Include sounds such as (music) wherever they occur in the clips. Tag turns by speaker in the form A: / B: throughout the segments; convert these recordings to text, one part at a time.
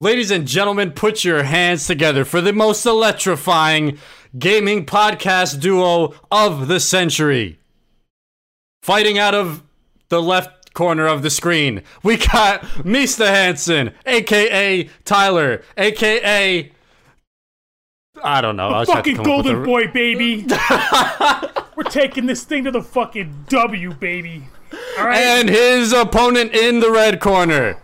A: Ladies and gentlemen, put your hands together for the most electrifying gaming podcast duo of the century. Fighting out of the left corner of the screen, we got (laughs) Mista Hansen, aka Tyler, aka I don't know. I was trying to
B: fucking
A: come up with
B: golden
A: a-
B: boy, baby. We're taking this thing to the fucking W, baby. All right.
A: And his opponent in the red corner.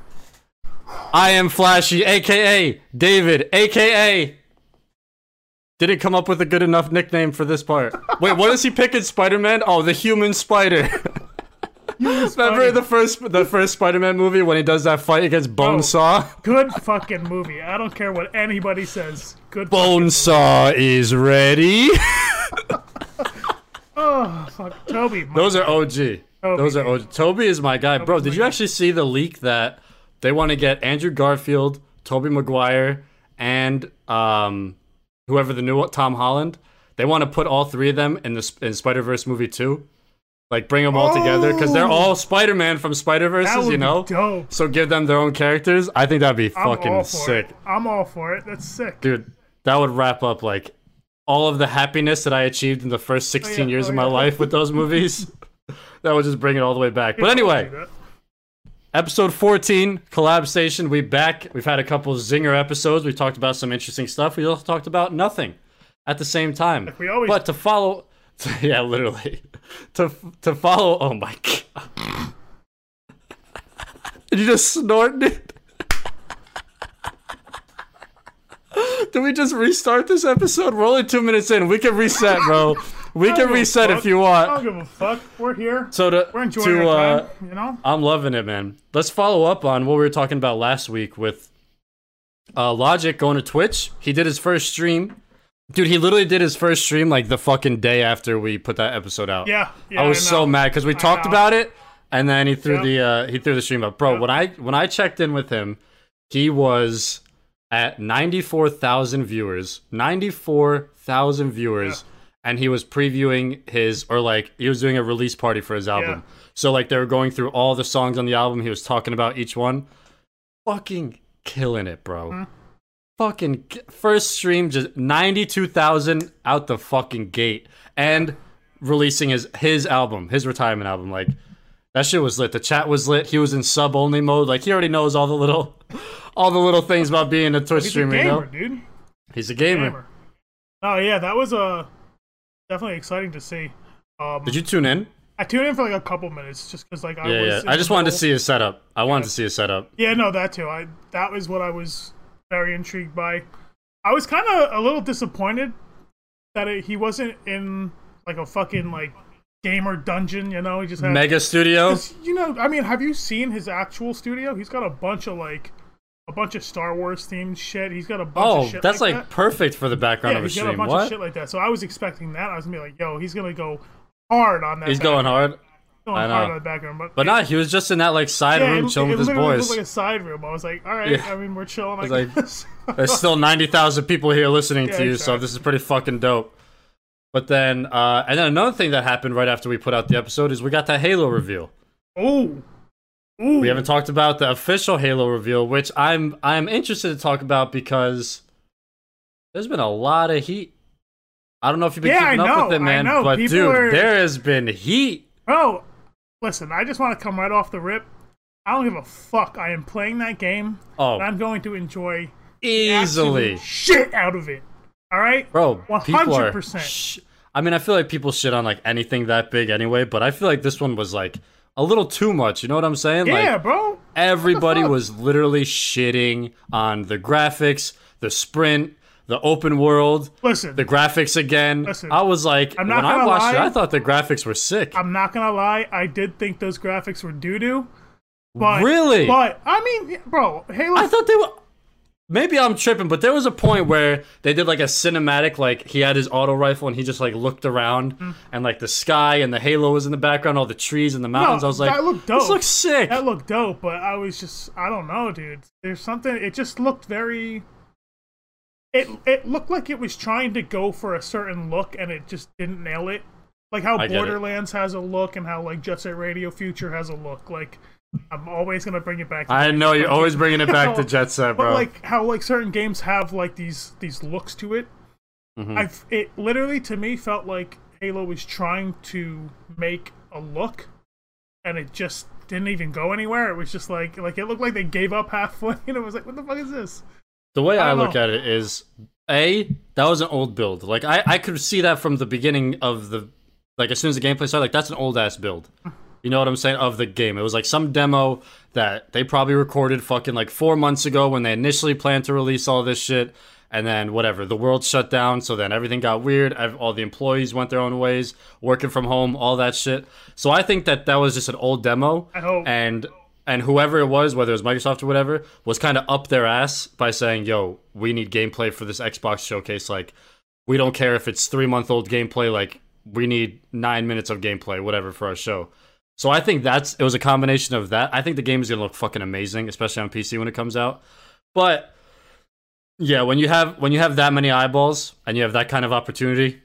A: I am Flashy, aka David, aka. Didn't come up with a good enough nickname for this part. Wait, what is he picking? Spider Man? Oh, the Human Spider. (laughs) Remember
B: Spider.
A: the first the first Spider Man movie when he does that fight against Bonesaw?
B: good fucking movie. I don't care what anybody says. Good.
A: Bonesaw is ready. (laughs)
B: oh fuck, Toby. My,
A: Those are OG. Those are OG. Toby is my guy. Bro, did you actually see the leak that they want to get Andrew Garfield, Toby Maguire, and um, whoever the new Tom Holland? They want to put all three of them in the Sp- in Spider Verse movie too. Like bring them all together because they're all Spider Man from Spider
B: Oh. that
A: Verses,
B: would
A: you know.
B: be dope.
A: So give them their own characters. I think that'd be
B: I'm all
A: fucking
B: for
A: sick,
B: It. I'm all for it. That's sick.
A: dude. That would wrap up like all of the happiness that I achieved in the first 16 years
B: oh,
A: of my
B: yeah.
A: life with those
B: (laughs)
A: movies. that would just bring it all the way back. But anyway, episode 14 collab station we back we've had a couple of zinger episodes we talked about some interesting stuff we also talked about nothing at the same time
B: we always
A: but to follow (laughs) yeah literally to to follow oh my god did you just snort it did we just restart this episode we're only two minutes in we can reset bro we can reset if you
B: I don't
A: want
B: give a fuck. We're here.
A: so to,
B: We're enjoying
A: to
B: our
A: uh
B: time. you know.
A: I'm loving it, man. Let's follow up on what we were talking about last week with uh, Logic going to Twitch. He did his first stream. Dude, he literally did his first stream like the fucking day after we put that episode out.
B: Yeah. yeah
A: I was so
B: know.
A: mad because we talked
B: know.
A: about it, and then he threw
B: Yep.
A: the uh, he threw the stream up, bro. When I when I checked in with him, he was at ninety four thousand viewers, ninety four thousand viewers, and he was previewing his or like he was doing a release party for his album. So like they were going through all the songs on the album. He was talking about each one, fucking killing it, bro.
B: Mm-hmm.
A: Fucking ki- first stream, just ninety two thousand out the fucking gate, and releasing his his album, his retirement album. Like that shit was lit. The chat was lit. He was in sub only mode. Like he already knows all the little, (laughs) all the little things about being a Twitch
B: He's
A: streamer.
B: a
A: You
B: gamer,
A: know,
B: dude.
A: he's a gamer.
B: Gamer. Oh yeah, that was uh, definitely exciting to see. Um,
A: Did you tune in?
B: I tuned in for like a couple minutes just because like I
A: Yeah, yeah.
B: was. in
A: I just
B: the
A: wanted to
B: middle-
A: see his setup. I wanted to see his setup.
B: Yeah, no, that too. I that was what I was very intrigued by. I was kind of a little disappointed that it, he wasn't in like a fucking like gamer dungeon. You know, he just had
A: Mega Studio.
B: 'Cause, You know, I mean, have you seen his actual studio? He's got a bunch of like a bunch of Star Wars themed shit. He's got a bunch.
A: Oh,
B: of shit
A: that's like
B: that.
A: perfect for the background
B: yeah,
A: of a
B: he's got a
A: stream.
B: bunch of
A: What?
B: shit like that. So I was expecting that. I was gonna be like, yo, he's gonna go hard on that.
A: He's going hard.
B: back- going
A: I know.
B: hard on the background, but
A: But not. He was just in that like side
B: yeah,
A: room
B: it,
A: chilling
B: it
A: with his
B: literally looked
A: boys.
B: like a side room. I was like, all right,
A: Yeah.
B: I mean, we're chilling. I,
A: was like, (laughs)
B: guess. (laughs)
A: There's still 90,000 people here listening
B: Yeah,
A: to you, so
B: exactly.
A: this is pretty fucking dope. But then, uh, and then another thing that happened right after we put out the episode is we got that Halo reveal.
B: Ooh. Ooh.
A: We haven't talked about the official Halo reveal, which I'm I'm interested to talk about because there's been a lot of heat. I don't know if you've been
B: Yeah, I
A: keeping up with
B: know,
A: it,
B: I
A: man,
B: know.
A: but
B: People
A: dude,
B: are-
A: there has been heat.
B: Bro, Oh, listen, I just want to come right off the rip. I don't give a fuck. I am playing that game.
A: Oh,
B: And I'm going to enjoy the
A: easily.
B: absolute shit out of it. All right?
A: Bro, people are.
B: 100%.
A: Sh- I mean, I feel like people shit on like anything that big anyway, but I feel like this one was like a little too much. You know what I'm saying? Like,
B: yeah, bro.
A: Everybody
B: fuck?
A: was literally shitting on the graphics, the sprint, the open world,
B: Listen,
A: the graphics again.
B: Listen,
A: I was like,
B: I'm
A: when
B: not
A: I
B: gonna
A: watched it,
B: lie.
A: I thought the graphics were sick.
B: I'm not going to lie. I did think those graphics were doo doo. But,
A: Really?
B: But, I mean, bro, Halo.
A: I thought they were. Maybe I'm tripping, but there was a point where they did like a cinematic, like he had his auto rifle and he just like looked around
B: Mm.
A: and like the sky and the halo was in the background, all the trees and the mountains. I was like,
B: that looked
A: this
B: dope.
A: looks sick.
B: that looked dope, but I was just I don't know, dude. There's something it just looked very it it looked like it was trying to go for a certain look and it just didn't nail it. Like how
A: I get it.
B: Borderlands has a look and how like Jet Set Radio Future has a look. Like I'm always gonna bring it back.
A: I know you're
B: But-
A: always bringing it back to Jet Set,
B: But
A: bro.
B: like how like certain games have like these these looks to it.
A: Mhm.
B: I it literally to me felt like Halo was trying to make a look, and it just didn't even go anywhere. It was just like like it looked like they gave up halfway, (laughs) and it was like, what the fuck is this?
A: The way
B: I
A: I,
B: don't
A: look
B: know.
A: at it is A, that was an old build. Like I, I could see that from the beginning of the like as soon as the gameplay started, like that's an old ass build. You know what I'm saying? Of the game. It was like some demo that they probably recorded fucking like four months ago when they initially planned to release all this shit. And then whatever, the world shut down, so then everything got weird. ev- All the employees went their own ways, working from home, all that shit. So I think that that was just an old demo
B: I hope.
A: and and whoever it was, whether it was Microsoft or whatever, was kind of up their ass by saying, "Yo, we need gameplay for this Xbox showcase. Like, we don't care if it's three month old gameplay. Like, we need nine minutes of gameplay, whatever, for our show." So I think that's it was a combination of that. I think the game is gonna look fucking amazing, especially on PC when it comes out. But yeah, when you have when you have that many eyeballs and you have that kind of opportunity,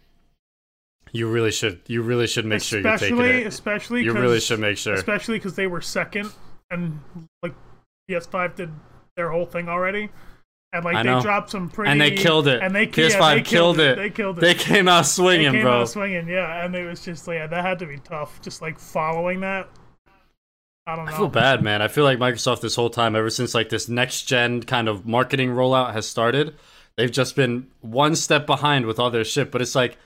A: you really should you really should make sure you're taking
B: especially
A: it.
B: especially
A: You
B: 'cause-
A: really should make sure.
B: especially because they were second and like PS5 did their whole thing already, and like
A: I
B: they
A: know.
B: dropped some pretty
A: and they killed it.
B: and they yeah,
A: PS5
B: they
A: killed, it.
B: They killed it.
A: They came out
B: They
A: swinging,
B: came
A: bro.
B: out swinging, yeah, and it was just like yeah, that had to be tough. Just like following that, I don't know.
A: I feel bad, man. I feel like Microsoft this whole time, ever since like this next gen kind of marketing rollout has started, they've just been one step behind with all their shit. But it's like,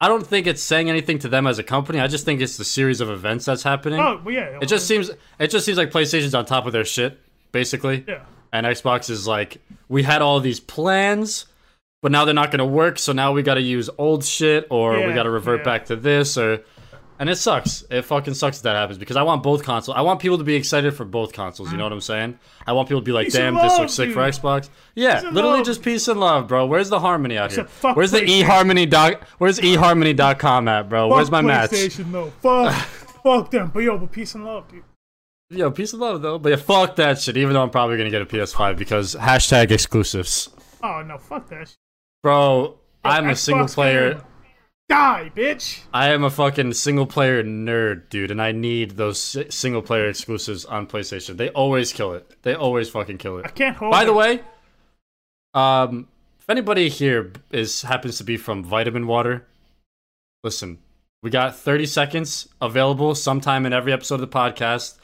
A: I don't think it's saying anything to them as a company. I just think it's the series of events that's happening.
B: Oh well, yeah,
A: It just seems it just seems like PlayStation's on top of their shit, basically.
B: yeah.
A: And Xbox is like, we had all these plans, but now they're not going to work. So now we got to use old shit, or we
B: Yeah,
A: got to revert
B: yeah.
A: back to this, or and it sucks. It fucking sucks that that happens because I want both consoles. I want people to be excited for both consoles. You know what I'm saying? I want people to be like,
B: Peace
A: damn,
B: and
A: this
B: love,
A: looks sick for
B: dude.
A: Xbox. Yeah,
B: and
A: literally
B: love.
A: just peace and love, bro. Where's the harmony out here?
B: Except fuck
A: Where's the
B: PlayStation.
A: eHarmony doc? Where's eHarmony.com at, bro? Where's my
B: fuck
A: match?
B: PlayStation though. Fuck,
A: (laughs)
B: fuck them. But yo, but peace and love, dude.
A: Yo, peace and love though. But yeah, fuck that shit. Even though I'm probably gonna get a PS5 because hashtag exclusives.
B: Oh no, fuck that. Shit.
A: Bro, I'm a
B: Xbox
A: single player.
B: game. Die, bitch.
A: I am a fucking single player nerd, dude, and I need those si- single player exclusives on PlayStation. They always kill it. They always fucking kill
B: I
A: it.
B: can't hold.
A: By
B: it.
A: the way, um, if anybody here is happens to be from Vitamin Water, listen, we got 30 seconds available sometime in every episode of the podcast.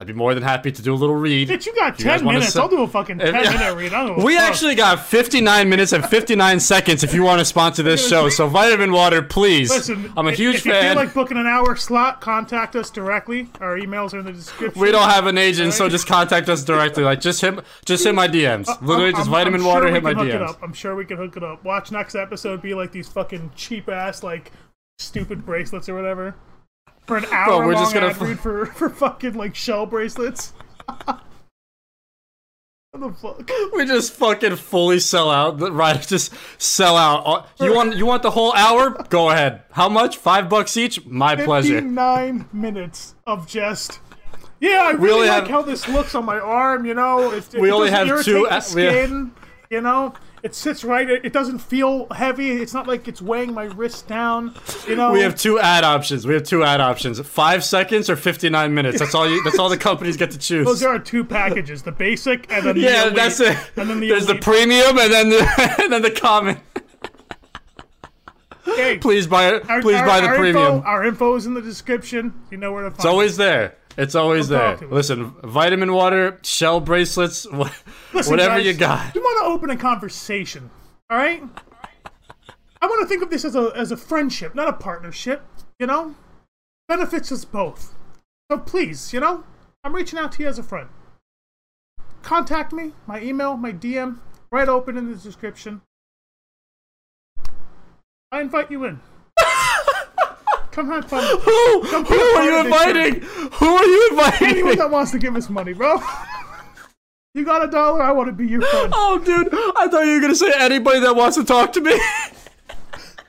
A: I'd be more than happy to do a little read.
B: Bitch, you got
A: If you guys
B: ten
A: wanna
B: minutes.
A: se-
B: I'll do
A: (laughs)
B: a fucking
A: If-
B: ten minute read. I don't give a
A: We
B: fuck.
A: actually got 59 minutes and 59 seconds if you want to sponsor this show. So Vitamin Water, please.
B: Listen,
A: I'm a
B: if-
A: huge
B: if you
A: fan.
B: feel like booking an hour slot, contact us directly. Our emails are in the description.
A: we don't have an agent, so just contact us directly. Like just hit, just hit my DMs. Literally,
B: I'm-
A: just
B: I'm-
A: Vitamin
B: I'm
A: Water,
B: sure we
A: hit my
B: can hook it
A: DMs.
B: up. I'm sure we can hook it up. Watch next episode be like these fucking cheap ass like stupid bracelets or whatever for an hour
A: we're
B: long
A: just gonna
B: ad
A: fu-
B: read for (laughs) for fucking like shell bracelets. (laughs) what the fuck?
A: We just fucking fully sell out. The- Right, (laughs) just sell out. Uh, You want, you want the whole hour? Go ahead. How much? Five bucks each. My pleasure.
B: Fifty-nine minutes of just. Yeah, I
A: We
B: really
A: only
B: like
A: have-
B: how this looks on my arm. You know, it's, it,
A: We
B: it
A: only
B: doesn't
A: have two-
B: irritate the
A: uh, we have-
B: skin. You know, it sits right. It, it doesn't feel heavy. It's not like it's weighing my wrist down. You know,
A: We have two ad options. We have two ad options: five seconds or fifty-nine minutes. That's all. You, that's all the companies get to choose.
B: Those are our two packages: the basic and then the
A: Yeah,
B: elite.
A: that's it.
B: And then the
A: There's the
B: elite.
A: premium, and then the (laughs) and then the common.
B: Hey,
A: Please buy it.
B: our-
A: Please
B: our-
A: buy the
B: our
A: premium.
B: Info, our info is in the description. You know where to find.
A: It's always there. It's always
B: Don't
A: there.
B: talk to me.
A: Listen, vitamin water, shell bracelets, (laughs) wha- whatever you got.
B: You want to open a conversation, all right? I want to think of this as a as a friendship, not a partnership. You know, benefits us both. So please, you know, I'm reaching out to you as a friend. Contact me. My email, my DM, right open in the description. I invite
A: (laughs)
B: you in. Come have fun.
A: Who, who are you
B: part of this
A: inviting? Who are you
B: Anyone
A: inviting?
B: that wants to give us money, bro. You got a dollar? I want to be your friend.
A: (laughs) Oh, dude, I thought you were gonna say anybody that wants to talk to me. (laughs)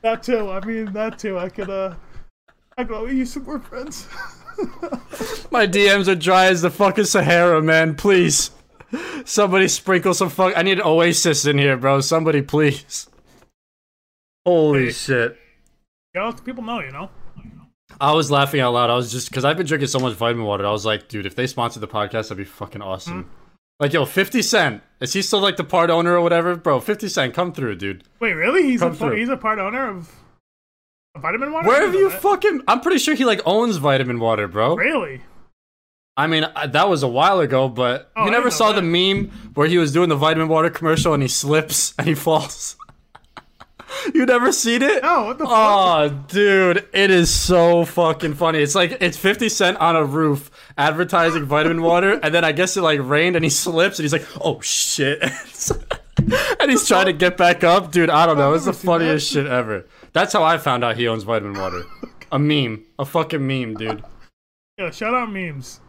B: That too. I mean, that too. I could, uh, I could owe you some more friends. (laughs)
A: My DMs are dry as the fucking Sahara, man. Please, somebody sprinkle some fuck. I need Oasis in here, bro. Somebody, please. Holy shit.
B: Yo, people know, you know.
A: I was laughing out loud. I was just because I've been drinking so much vitamin water. I was like, dude, if they sponsored the podcast, that'd be fucking awesome. Like, yo, Fifty Cent is he still like the part owner or whatever, bro? Fifty Cent, come through, dude.
B: Wait, really? He's a
A: Come through.
B: he's a part owner of a vitamin water.
A: Where have you
B: That-
A: fucking? I'm pretty sure he like owns Vitamin Water, bro.
B: really?
A: I mean, I, that was a while ago, but
B: Oh, I
A: you never
B: didn't know
A: saw
B: that.
A: the meme where he was doing the vitamin water commercial and he slips and he falls. (laughs) you never seen it?
B: No, what the
A: Oh, dude, it is so fucking funny. It's like it's 50 Cent on a roof advertising vitamin water, and then I guess it like rained and he slips and he's like, oh shit. (laughs) and he's trying to get back up. Dude, I don't know. It's the
B: never seen that.
A: funniest shit ever. That's how I found out he owns vitamin water. A meme. A fucking meme, dude.
B: Yeah, shout out memes.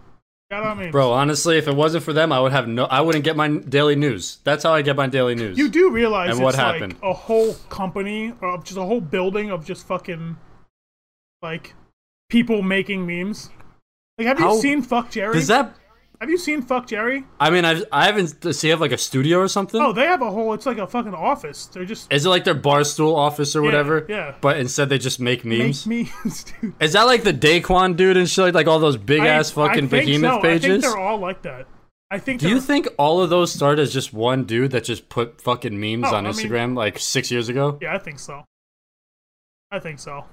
B: Shout out memes.
A: Bro, honestly, if it wasn't for them, I would have no. I wouldn't get my daily news. That's how I get my daily news.
B: you do realize
A: And
B: it's
A: what
B: like
A: happened?
B: a whole company or just a whole building of just fucking like people making memes. Like, have
A: How-
B: you seen Fuck Jerry?
A: Does that?
B: Have you seen Fuck Jerry?
A: I mean, I've, I haven't. Does he have like a studio or something?
B: Oh, they have a whole. It's like a fucking office. They're just
A: Is it like their barstool office or whatever?
B: yeah.
A: But instead, they just make memes.
B: make memes, (laughs) dude.
A: Is that like the Daquan dude and shit? Like, all those big
B: I-
A: ass fucking
B: I think
A: behemoth
B: so. I think
A: pages.
B: they're all like that. I think.
A: Do you
B: they're-
A: think all of those started as just one dude that just put fucking memes
B: Oh,
A: on
B: I mean-
A: Instagram like six years ago?
B: Yeah, I think so. I think so.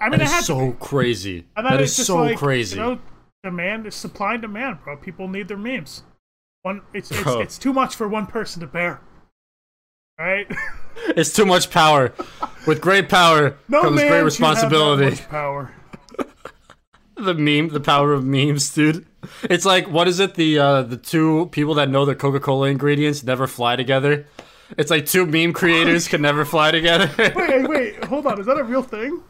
B: I mean,
A: That
B: it
A: is
B: had to
A: so crazy.
B: I thought
A: That
B: it
A: is
B: was just
A: so
B: like,
A: crazy.
B: You know, demand is supply and demand, bro. People need their memes. One, it's it's,
A: Bro.
B: it's too much for one person to bear. All right? (laughs)
A: It's too much power. With great power
B: No
A: comes
B: man should
A: great
B: have
A: responsibility.
B: that much power.
A: the meme, the power of memes, dude. It's like what is it? The uh, the two people that know their Coca Cola ingredients never fly together. It's like two meme creators can never fly together. (laughs)
B: Wait, hey, wait, hold on. Is that a real thing?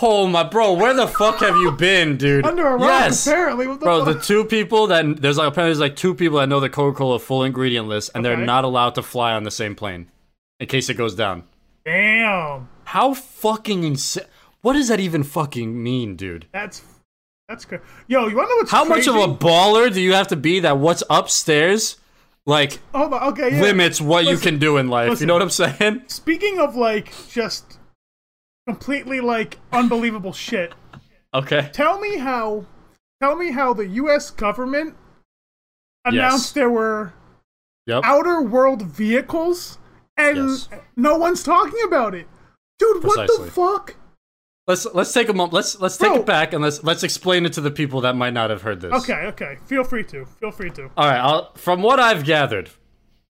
A: oh my bro, where the fuck have you been, dude?
B: Under a rock,
A: yes.
B: apparently. What the
A: Bro, the
B: fuck?
A: two people that there's like apparently there's like two people that know the Coca Cola full ingredient list, and
B: Okay.
A: they're not allowed to fly on the same plane in case it goes down.
B: Damn,
A: How fucking insane! What does that even fucking mean, dude?
B: that's that's crazy. Yo, you wanna know what's
A: How
B: crazy?
A: much of a baller do you have to be that what's upstairs like
B: hold on? Okay, yeah.
A: limits what you
B: Listen,
A: can do in life?
B: listen.
A: You know what I'm saying? (laughs)
B: Speaking of like just completely like unbelievable shit.
A: Okay.
B: tell me how tell me how the US government announced
A: Yes.
B: there were
A: Yep.
B: outer world vehicles and
A: Yes.
B: no one's talking about it. Dude, what
A: Precisely.
B: the fuck?
A: Let's let's take a moment. Let's let's take
B: Bro.
A: it back and let's let's explain it to the people that might not have heard this.
B: Okay, okay. Feel free to. Feel free to.
A: All right. I'll, from what I've gathered,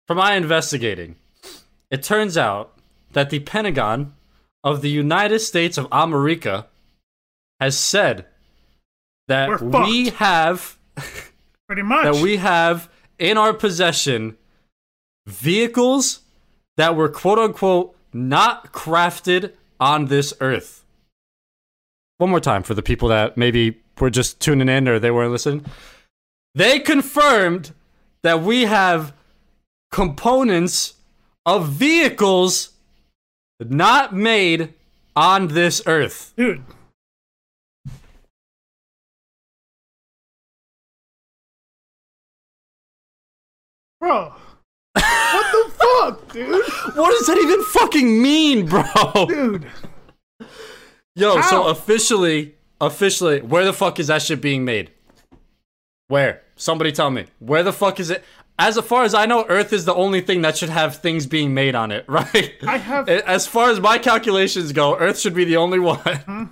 A: from my investigating, it turns out that the Pentagon of the United States of America has said
B: We're
A: that we
B: fucked.
A: have
B: Pretty much.
A: that we have in our possession vehicles that were quote unquote not crafted on this earth. One more time for the people that maybe were just tuning in or they weren't listening. They confirmed that we have components of vehicles not made on this earth.
B: Dude. Bro.
A: (laughs)
B: what the fuck, dude?
A: What does that even fucking mean, bro?
B: Dude.
A: Yo,
B: How?
A: so officially, officially, where the fuck is that shit being made? Where? Somebody tell me. Where the fuck is it? As far as I know, Earth is the only thing that should have things being made on it, (laughs) right?
B: I have-
A: As far as my calculations go, Earth should be the only one.
B: Uh-huh.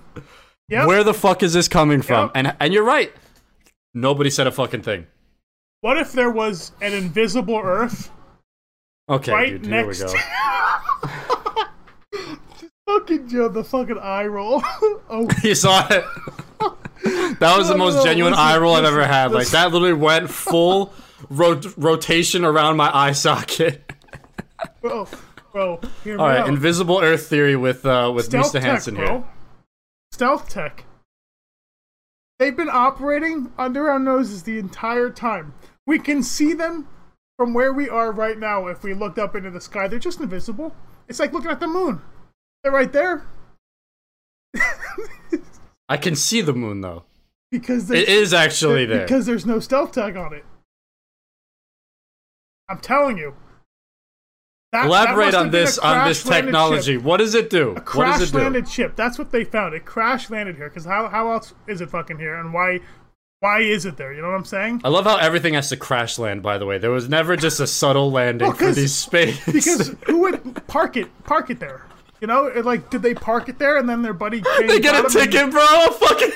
B: Yep.
A: Where the fuck is this coming from?
B: Yep.
A: And and you're right. Nobody said a fucking thing.
B: What if there was an invisible Earth
A: Okay,
B: right
A: dude,
B: next
A: here we go.
B: to (laughs) fucking Joe, the fucking eye roll. (laughs) oh,
A: (laughs) You saw it. That was the
B: No, no,
A: most
B: no,
A: genuine
B: listen,
A: eye roll I've ever
B: listen,
A: had. Like
B: listen.
A: that literally went full rot- rotation around my eye socket. (laughs)
B: bro, bro, hear me
A: All right,
B: out.
A: invisible Earth theory with uh, with
B: Stealth
A: Mr.
B: tech,
A: Hansen
B: bro.
A: here.
B: Stealth tech. They've been operating under our noses the entire time. We can see them from where we are right now. If we looked up into the sky, they're just invisible. It's like looking at the moon. They're right there
A: I can see the moon though.
B: because there's
A: It is actually there.
B: because there's no stealth tag on it. I'm telling you, That- that
A: Elaborate
B: must have
A: on
B: been a
A: this on this
B: crash-landed
A: technology.
B: ship.
A: What does it do?
B: A
A: What does
B: crash
A: it do?
B: landed ship. That's what they found. It crash landed here. Because how, how else is it fucking here? And why why is it there? You know what
A: (laughs)
B: I'm saying?
A: I love how everything has to crash land. By the way, there was never just a subtle landing
B: Well,
A: for
B: 'cause-
A: these space. (laughs)
B: Because who would park it? Park it there. You know, it, like did they park it there and then their buddy?
A: (laughs)
B: Came
A: they get a
B: bought 'em and-
A: ticket, bro. A fucking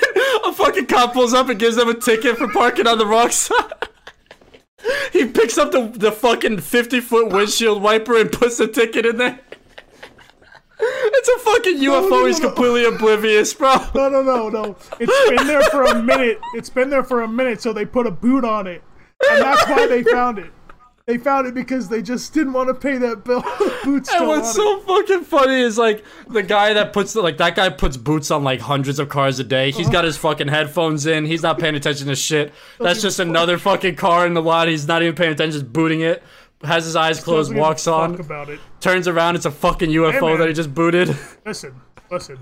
A: a fucking cop pulls up and gives them a ticket for parking on the wrong (laughs) side. he picks up the the fucking fifty foot windshield wiper and puts the ticket in there. It's a fucking UFO.
B: no,
A: He's
B: no.
A: completely oblivious, bro.
B: No, no, no, no. It's been there for a minute. It's been there for a minute, so they put a boot on it. And that's why they found it. They found it because they just didn't want to pay that bill. (laughs) the boot's
A: And
B: still on
A: what's
B: it.
A: so fucking funny is like the guy that puts like that guy puts boots on like hundreds of cars a day.
B: Uh-huh.
A: He's got his fucking headphones in. He's not paying attention to shit. That's just another fucking car in the lot. He's not even paying attention. Just booting it. Has his eyes closed.
B: Doesn't give a
A: Walks
B: fuck
A: on.
B: about it.
A: Turns around. It's a fucking UFO
B: man.
A: that he just booted. (laughs)
B: Listen, listen.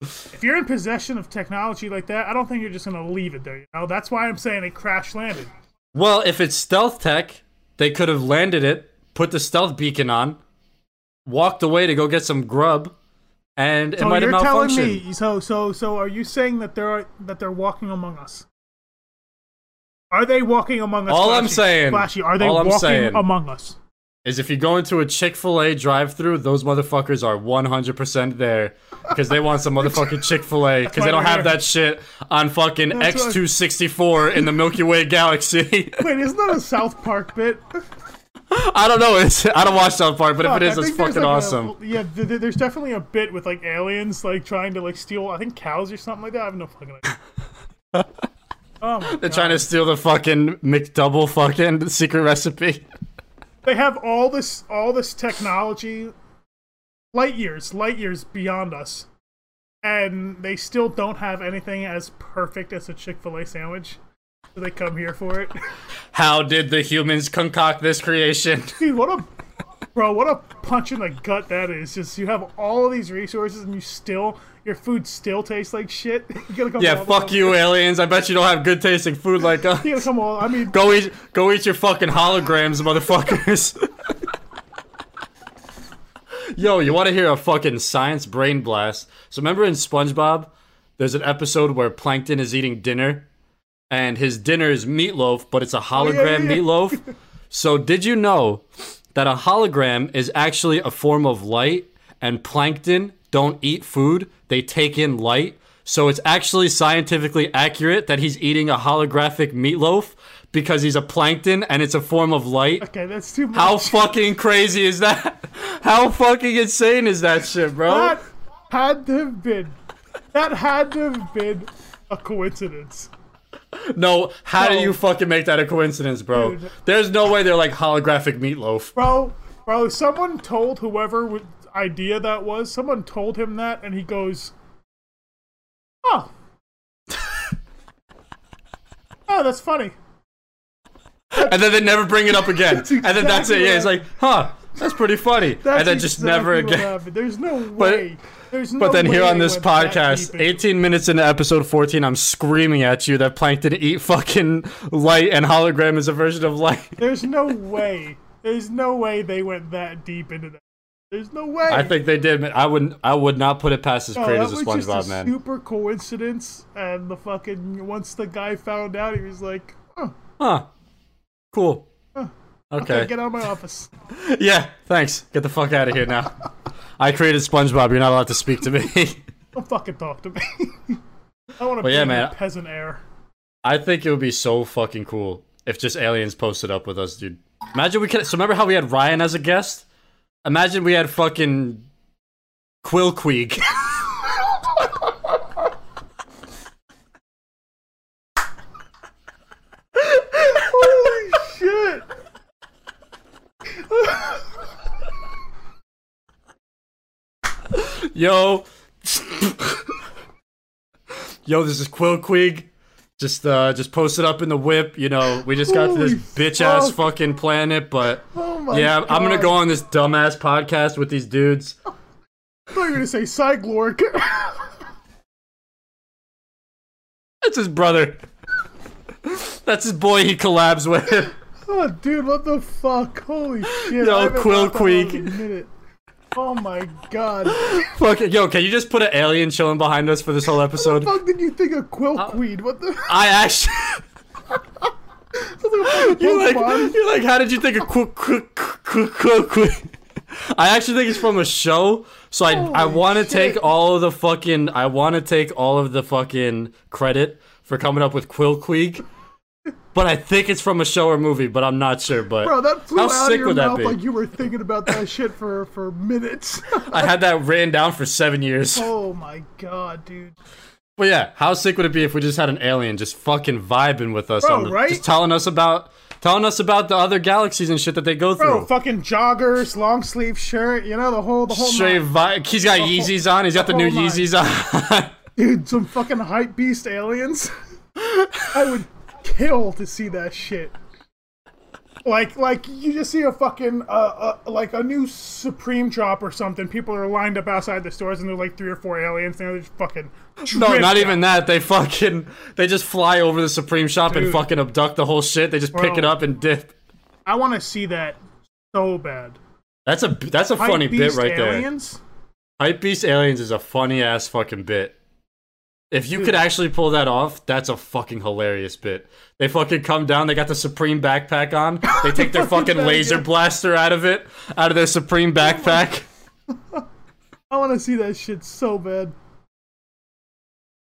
B: If you're in possession of technology like that, I don't think you're just gonna leave it there. You know, that's why I'm saying it crash landed.
A: Well, if it's stealth tech, they could have landed it, put the stealth beacon on, walked away to go get some grub, and it
B: So
A: might have
B: you're telling
A: malfunctioned.
B: me, so so so, are you saying that they're that they're walking among us? Are they walking among us?
A: All I'm
B: Flashy?
A: saying-
B: Flashy, are they
A: all I'm
B: walking
A: saying-
B: among us?
A: is if you go into a Chick-fil-A drive-through, those motherfuckers are 100% there because they want some motherfucking Chick-fil-A because they
B: why
A: don't
B: they're
A: have
B: there.
A: that shit on fucking
B: That's why-
A: X264 in the Milky Way galaxy. (laughs)
B: Wait, isn't that a South Park bit?
A: I don't know. It's, I don't watch South Park, but if
B: Fuck,
A: it is,
B: I
A: it's
B: think there's,
A: fucking
B: like, a- Oh,
A: awesome.
B: yeah, th- th- there's definitely a bit with like aliens like trying to like steal, I think cows or something like that. I have no fucking idea. oh my
A: They're trying to steal the fucking McDouble fucking (laughs) secret recipe.
B: they have all this all this technology light years light years beyond us and they still don't have anything as perfect as a chick-fil-a sandwich so they come here for it (laughs)
A: How did the humans concoct this creation? (laughs)
B: dude what a bro what a punch in the gut that is just you have all of these resources and you still your food still tastes like shit (laughs) you gotta come
A: Yeah,
B: all
A: fuck
B: (laughs)
A: you, aliens. I bet you don't have good tasting food like us.
B: you gotta come all i mean
A: Go eat, go eat your fucking holograms, motherfuckers. (laughs) Yo, you want to hear a fucking science brain blast? So remember in SpongeBob, there's an episode where Plankton is eating dinner, and his dinner is meatloaf, but it's a
B: Oh, yeah,
A: hologram
B: yeah. (laughs)
A: meatloaf. So did you know that a hologram is actually a form of light, and Plankton don't eat food; they take in light. So it's actually scientifically accurate that he's eating a holographic meatloaf because he's a plankton and it's a form of light. (laughs)
B: (laughs) okay that's too much
A: How fucking crazy is that? (laughs) How fucking insane is that shit, bro?
B: That had to have been. That had to have been a coincidence.
A: No, how do
B: No.
A: you fucking make that a coincidence, bro?
B: Dude.
A: There's no way they're like holographic meatloaf.
B: Bro, bro, someone told whoever w- idea that was, someone told him that, and he goes, (laughs) Oh. oh, that's funny.
A: And then they never bring it up again.
B: That's
A: and then that's it.
B: exactly
A: Yeah, it's
B: what-
A: like, huh, that's pretty funny.
B: That's
A: and then just
B: exactly
A: never
B: what
A: again.
B: happened.
A: (laughs)
B: There's no way. There's no
A: But then here
B: way
A: on
B: they
A: this
B: went that
A: podcast,
B: deep into-
A: 18 minutes into episode 14, I'm screaming at you that Plankton eat fucking light and hologram is a version of light.
B: There's no way. There's no way they went that deep into that. There's no way.
A: I think they did. man. I wouldn't. I would not put it past his
B: No,
A: creators of
B: that was just
A: SpongeBob,
B: a
A: man.
B: super coincidence, and the fucking once the guy found out, he was like, "Huh,
A: Huh. Cool.
B: okay,
A: Okay.
B: get out of my office."
A: Yeah. Thanks. Get the fuck out of here
B: (laughs)
A: now. I created SpongeBob. You're not allowed to speak to me. (laughs)
B: Don't (laughs) fucking talk to me. I want
A: Well,
B: to be
A: yeah,
B: in
A: man.
B: the peasant air.
A: I think it would be so fucking cool if just aliens posted up with us, dude. Imagine we could. So remember how we had Ryan as a guest? Imagine we had fucking Quillqueeg.
B: Holy shit!
A: Yo. Yo, this is Quillqueeg. Just uh just posted up in the whip, you know, we just got to this
B: Holy
A: bitch ass
B: fuck.
A: fucking planet, but
B: Oh my
A: yeah,
B: god!
A: I'm gonna go on this dumbass podcast with these dudes.
B: I thought you were gonna say Cyglork.
A: That's his brother. That's his boy he collabs with.
B: (laughs)
A: (laughs)
B: Oh, dude, what the fuck? Holy shit!
A: Yo,
B: I haven't
A: Quill
B: laughed out loud in a
A: Queek.
B: minute. Oh my god!
A: Fuck it. Yo, can you just put an alien chilling behind us for this whole
B: What
A: episode?
B: the fuck did you think of Quill Queen? What the? (laughs)
A: I actually. (laughs) You like, you like, how did you think of quick, quick, quick, quick, quick? (laughs) I actually think it's from a show, so I I
B: Holy
A: want to
B: shit.
A: take all of the fucking I want to take all of the fucking credit for coming up with Quill Queek, but I think it's from a show or movie, but I'm not sure. But
B: Bro, that flew
A: how
B: out
A: sick
B: of your
A: would that
B: mouth
A: be?
B: like you were thinking about that shit for for minutes. (laughs)
A: I had that written down for seven years.
B: oh my god, dude!
A: But yeah, how sick would it be if we just had an alien just fucking vibing with us,
B: Bro,
A: on the,
B: right?
A: just telling us about telling us about the other galaxies and shit that they go
B: Bro,
A: through.
B: fucking joggers, long sleeve shirt, you know the whole the whole
A: Straight vi-
B: nine.
A: he's got Yeezys on. He's got the new
B: Oh my-
A: Yeezys on. (laughs)
B: dude. Some fucking hype beast aliens. I would kill to see that shit. Like, like you just see a fucking uh, uh like a new Supreme drop or something. People are lined up outside the stores, and they're like three or four aliens, and they're just fucking
A: No,
B: tripped
A: not
B: out.
A: even that. They fucking they just fly over the Supreme shop and
B: Dude.
A: fucking abduct the whole shit. They just pick
B: Bro.
A: it up and dip.
B: I want to see that so bad.
A: That's a that's a funny bit
B: Hypebeast
A: right there.
B: aliens?
A: Hypebeast aliens is a funny ass fucking bit. If you could
B: Hmm.
A: actually pull that off, that's a fucking hilarious bit. They fucking come down, they got the Supreme backpack
B: (laughs)
A: on, they take their
B: Fucking Oh
A: fucking
B: bad,
A: laser
B: yeah.
A: blaster out of it, out of their Supreme backpack.
B: I want to see that shit so bad.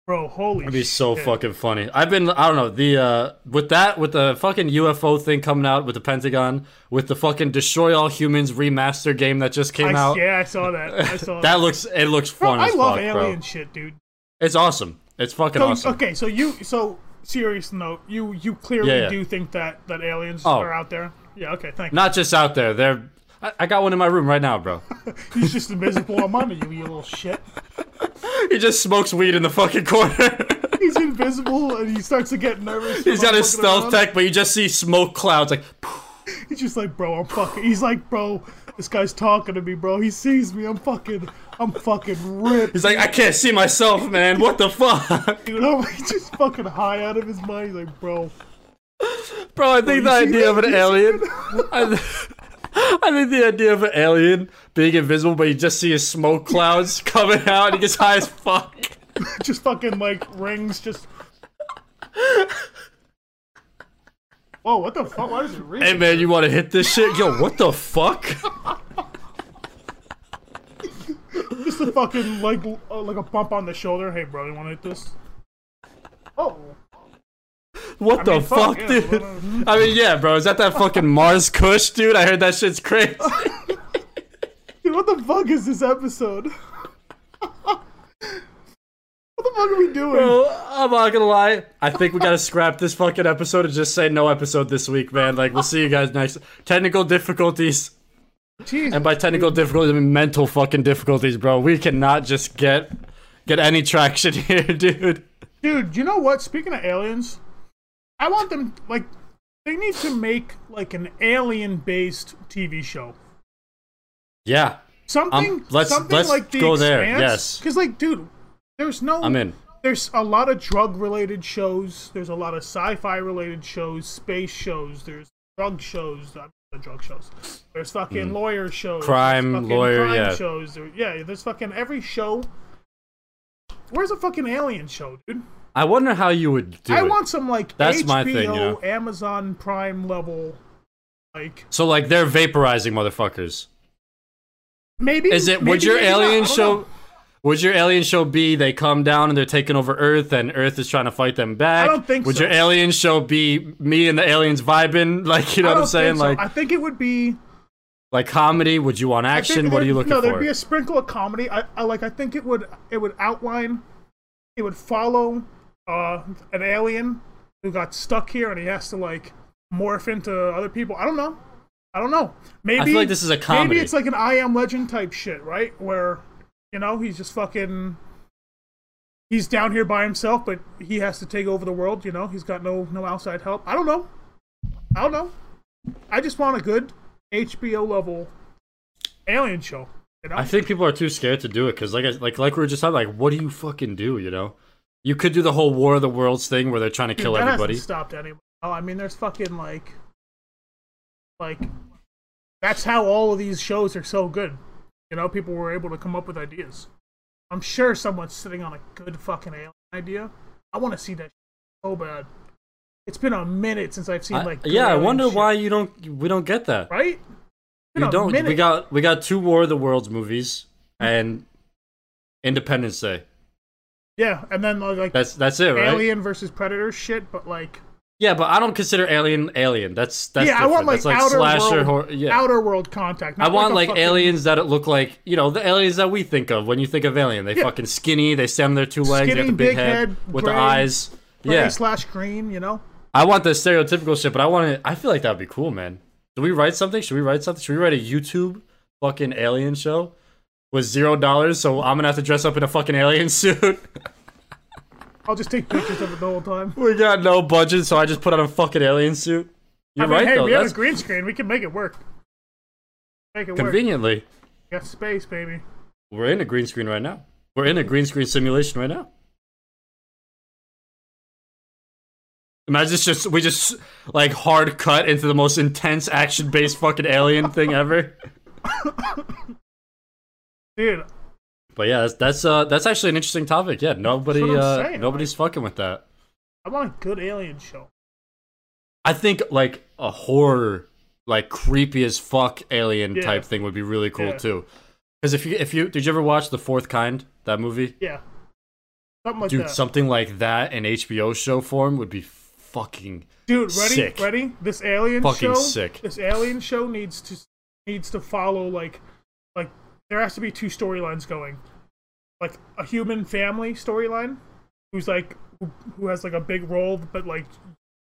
B: Bro, holy
A: That'd be so
B: shit.
A: fucking funny. I've been I don't know, the uh with that with the fucking UFO thing coming out with the Pentagon, with the fucking Destroy All Humans remaster game that just came
B: I,
A: out.
B: yeah, I saw that.
A: (laughs)
B: I saw
A: That looks it looks
B: Bro,
A: fun
B: I
A: as
B: love
A: fuck,
B: alien
A: bro.
B: shit, dude.
A: It's awesome. It's fucking
B: So,
A: awesome.
B: Okay, so you so serious note, you you clearly
A: Yeah, yeah.
B: do think that that aliens
A: Oh.
B: are out there. Yeah, okay, thank
A: Not just out there. They're I, I got one in my room right now, bro.
B: you. He's just invisible on Monday, you, you little shit.
A: (laughs) he just smokes weed in the fucking corner.
B: He's invisible and he starts to get
A: (laughs)
B: nervous.
A: He's got his
B: Fucking
A: stealth
B: around.
A: tech, but you just see smoke clouds like
B: He's just like, bro, I'm fucking. He's like, bro, this guy's talking to me, bro. He sees me. I'm fucking. I'm fucking ripped.
A: he's like, I can't see myself, man. What the fuck?
B: Dude, I'm (laughs) just fucking high out of his mind. He's like, bro,
A: (laughs) Bro, I think the
B: you see
A: idea
B: that?
A: of an
B: You see
A: alien. (laughs) I, th- I think the idea of an alien being invisible, but you just see his smoke clouds (laughs) coming out, and he gets high as fuck.
B: just fucking like rings, just.
A: (laughs)
B: Whoa, what the fuck? Why does it ring?
A: Hey man, you want to hit this shit? Yo, what the fuck?
B: Just a fucking like uh, like a bump on the shoulder. Hey, bro, you want to hit this? Oh,
A: What the
B: mean,
A: fuck,
B: fuck, yeah,
A: dude?
B: well,
A: I mean, yeah, bro. Is that that fucking Mars Kush, dude? I heard that shit's crazy.
B: dude, what the fuck is this episode? (laughs) what the fuck are we doing?
A: Bro, I'm not gonna lie. I think we gotta scrap this fucking episode and just say no episode this week, man. Like, we'll see you guys next. Technical difficulties.
B: Jeez,
A: And by technical difficulties, I mean mental fucking difficulties, bro. We cannot just get get any traction (laughs) here, dude.
B: dude, you know what? Speaking of aliens, I want them like they need to make like an alien-based TV show.
A: Yeah,
B: something
A: Um, let's-
B: something
A: let's
B: like the
A: go there,
B: Expanse,
A: yes.
B: because like dude there's no
A: I'm in.
B: there's a lot of drug related shows there's a lot of sci-fi related shows space shows there's drug shows not drug shows there's fucking lawyer shows
A: Mm. Crime,
B: there's fucking
A: lawyer,
B: crime
A: yeah.
B: shows there, yeah there's fucking every show where's a fucking alien show dude
A: I wonder how you would do
B: i
A: it.
B: want some like
A: That's
B: hbo
A: my thing, you know?
B: amazon prime level like
A: so like they're vaporizing motherfuckers.
B: maybe
A: Is it would
B: maybe,
A: your
B: maybe not,
A: alien
B: I don't
A: show
B: know.
A: would your alien show be they come down and they're taking over Earth and Earth is trying to fight them back?
B: don't think
A: Would
B: so.
A: your alien show be me and the aliens vibing? (laughs) Like you know
B: I
A: what
B: don't
A: I'm
B: think
A: saying?
B: so.
A: Like
B: I think it would be
A: like comedy? Would you want
B: I think
A: action? What are
B: there'd-
A: you looking
B: no,
A: for?
B: there'd be a sprinkle of comedy. I, I like. I think it would. It would outline. It would follow uh, an alien who got stuck here, and he has to like morph into other people. I don't know. I don't know. Maybe
A: like this is a comedy.
B: Maybe it's like an I Am Legend type shit, right? Where you know he's just fucking. He's down here by himself, but he has to take over the world. You know, he's got no no outside help. I don't know. I don't know. I just want a good HBO level alien show. You know?
A: I think people are too scared to do it because, like, I, like, like we were just talking, like, what do you fucking do? You know, you could do the whole War of the Worlds thing where they're trying to
B: Dude,
A: kill
B: that
A: everybody.
B: Hasn't stopped anyway. Oh, I mean, there's fucking like Like, that's how all of these shows are so good. You know, people were able to come up with ideas. I'm sure someone's sitting on a good fucking alien idea. I want to see that so bad. It's been a minute since I've seen
A: I-
B: like. good
A: yeah, I
B: alien
A: wonder
B: shit,
A: why you don't. We don't get that.
B: Right? It's been
A: We
B: a
A: don't. We
B: minute.
A: got we got two War of the Worlds movies and Independence Day.
B: yeah, and then uh, like
A: That's that's it, right?
B: Alien versus Predator shit, but like.
A: Yeah, but I don't consider Alien Alien. That's that's
B: yeah, I want
A: different.
B: like,
A: that's like
B: outer
A: slasher
B: world,
A: horror. Yeah,
B: outer world contact.
A: I
B: not
A: want
B: a
A: like,
B: fucking-
A: aliens that look like you know the aliens that we think of when you think of alien. They
B: Yeah.
A: fucking skinny. They stand on their two legs. they
B: Skinny,
A: have the big,
B: big
A: head,
B: head,
A: with
B: gray,
A: the eyes.
B: gray
A: Yeah,
B: slash green, you know.
A: I want the stereotypical shit, but I want it. I feel like that'd be cool, man. Do we write something? Should we write something? Should we write a YouTube fucking alien show with zero dollars? So I'm gonna have to dress up in a fucking alien (laughs) suit.
B: I'll just take pictures of it the whole time.
A: we got no budget, so I just put on a fucking alien suit. You're
B: I mean,
A: right
B: hey,
A: though.
B: we
A: That's
B: have a green screen. We can make it work. Make it work.
A: conveniently.
B: We got space, baby.
A: We're in a green screen right now. We're in a green screen simulation right now. Imagine it's just we just like hard cut into the most intense action based fucking alien thing ever.
B: Dude,
A: But yeah, that's that's uh that's actually an interesting topic. Yeah, nobody
B: That's what I'm
A: uh,
B: saying,
A: nobody's fucking with that.
B: I want a good alien show.
A: I think like a horror, like creepy as fuck alien
B: Yeah.
A: type thing would be really cool
B: Yeah.
A: too. Because if you if you did you ever watch The Fourth Kind that movie?
B: Yeah. Something like
A: Dude,
B: that.
A: something like that in HBO show form would be fucking
B: Dude, ready?
A: sick.
B: Ready? This alien
A: Fucking
B: show.
A: sick.
B: This alien show needs to needs to follow like like there has to be two storylines going. Like a human family storyline who's like who, who has like a big role but like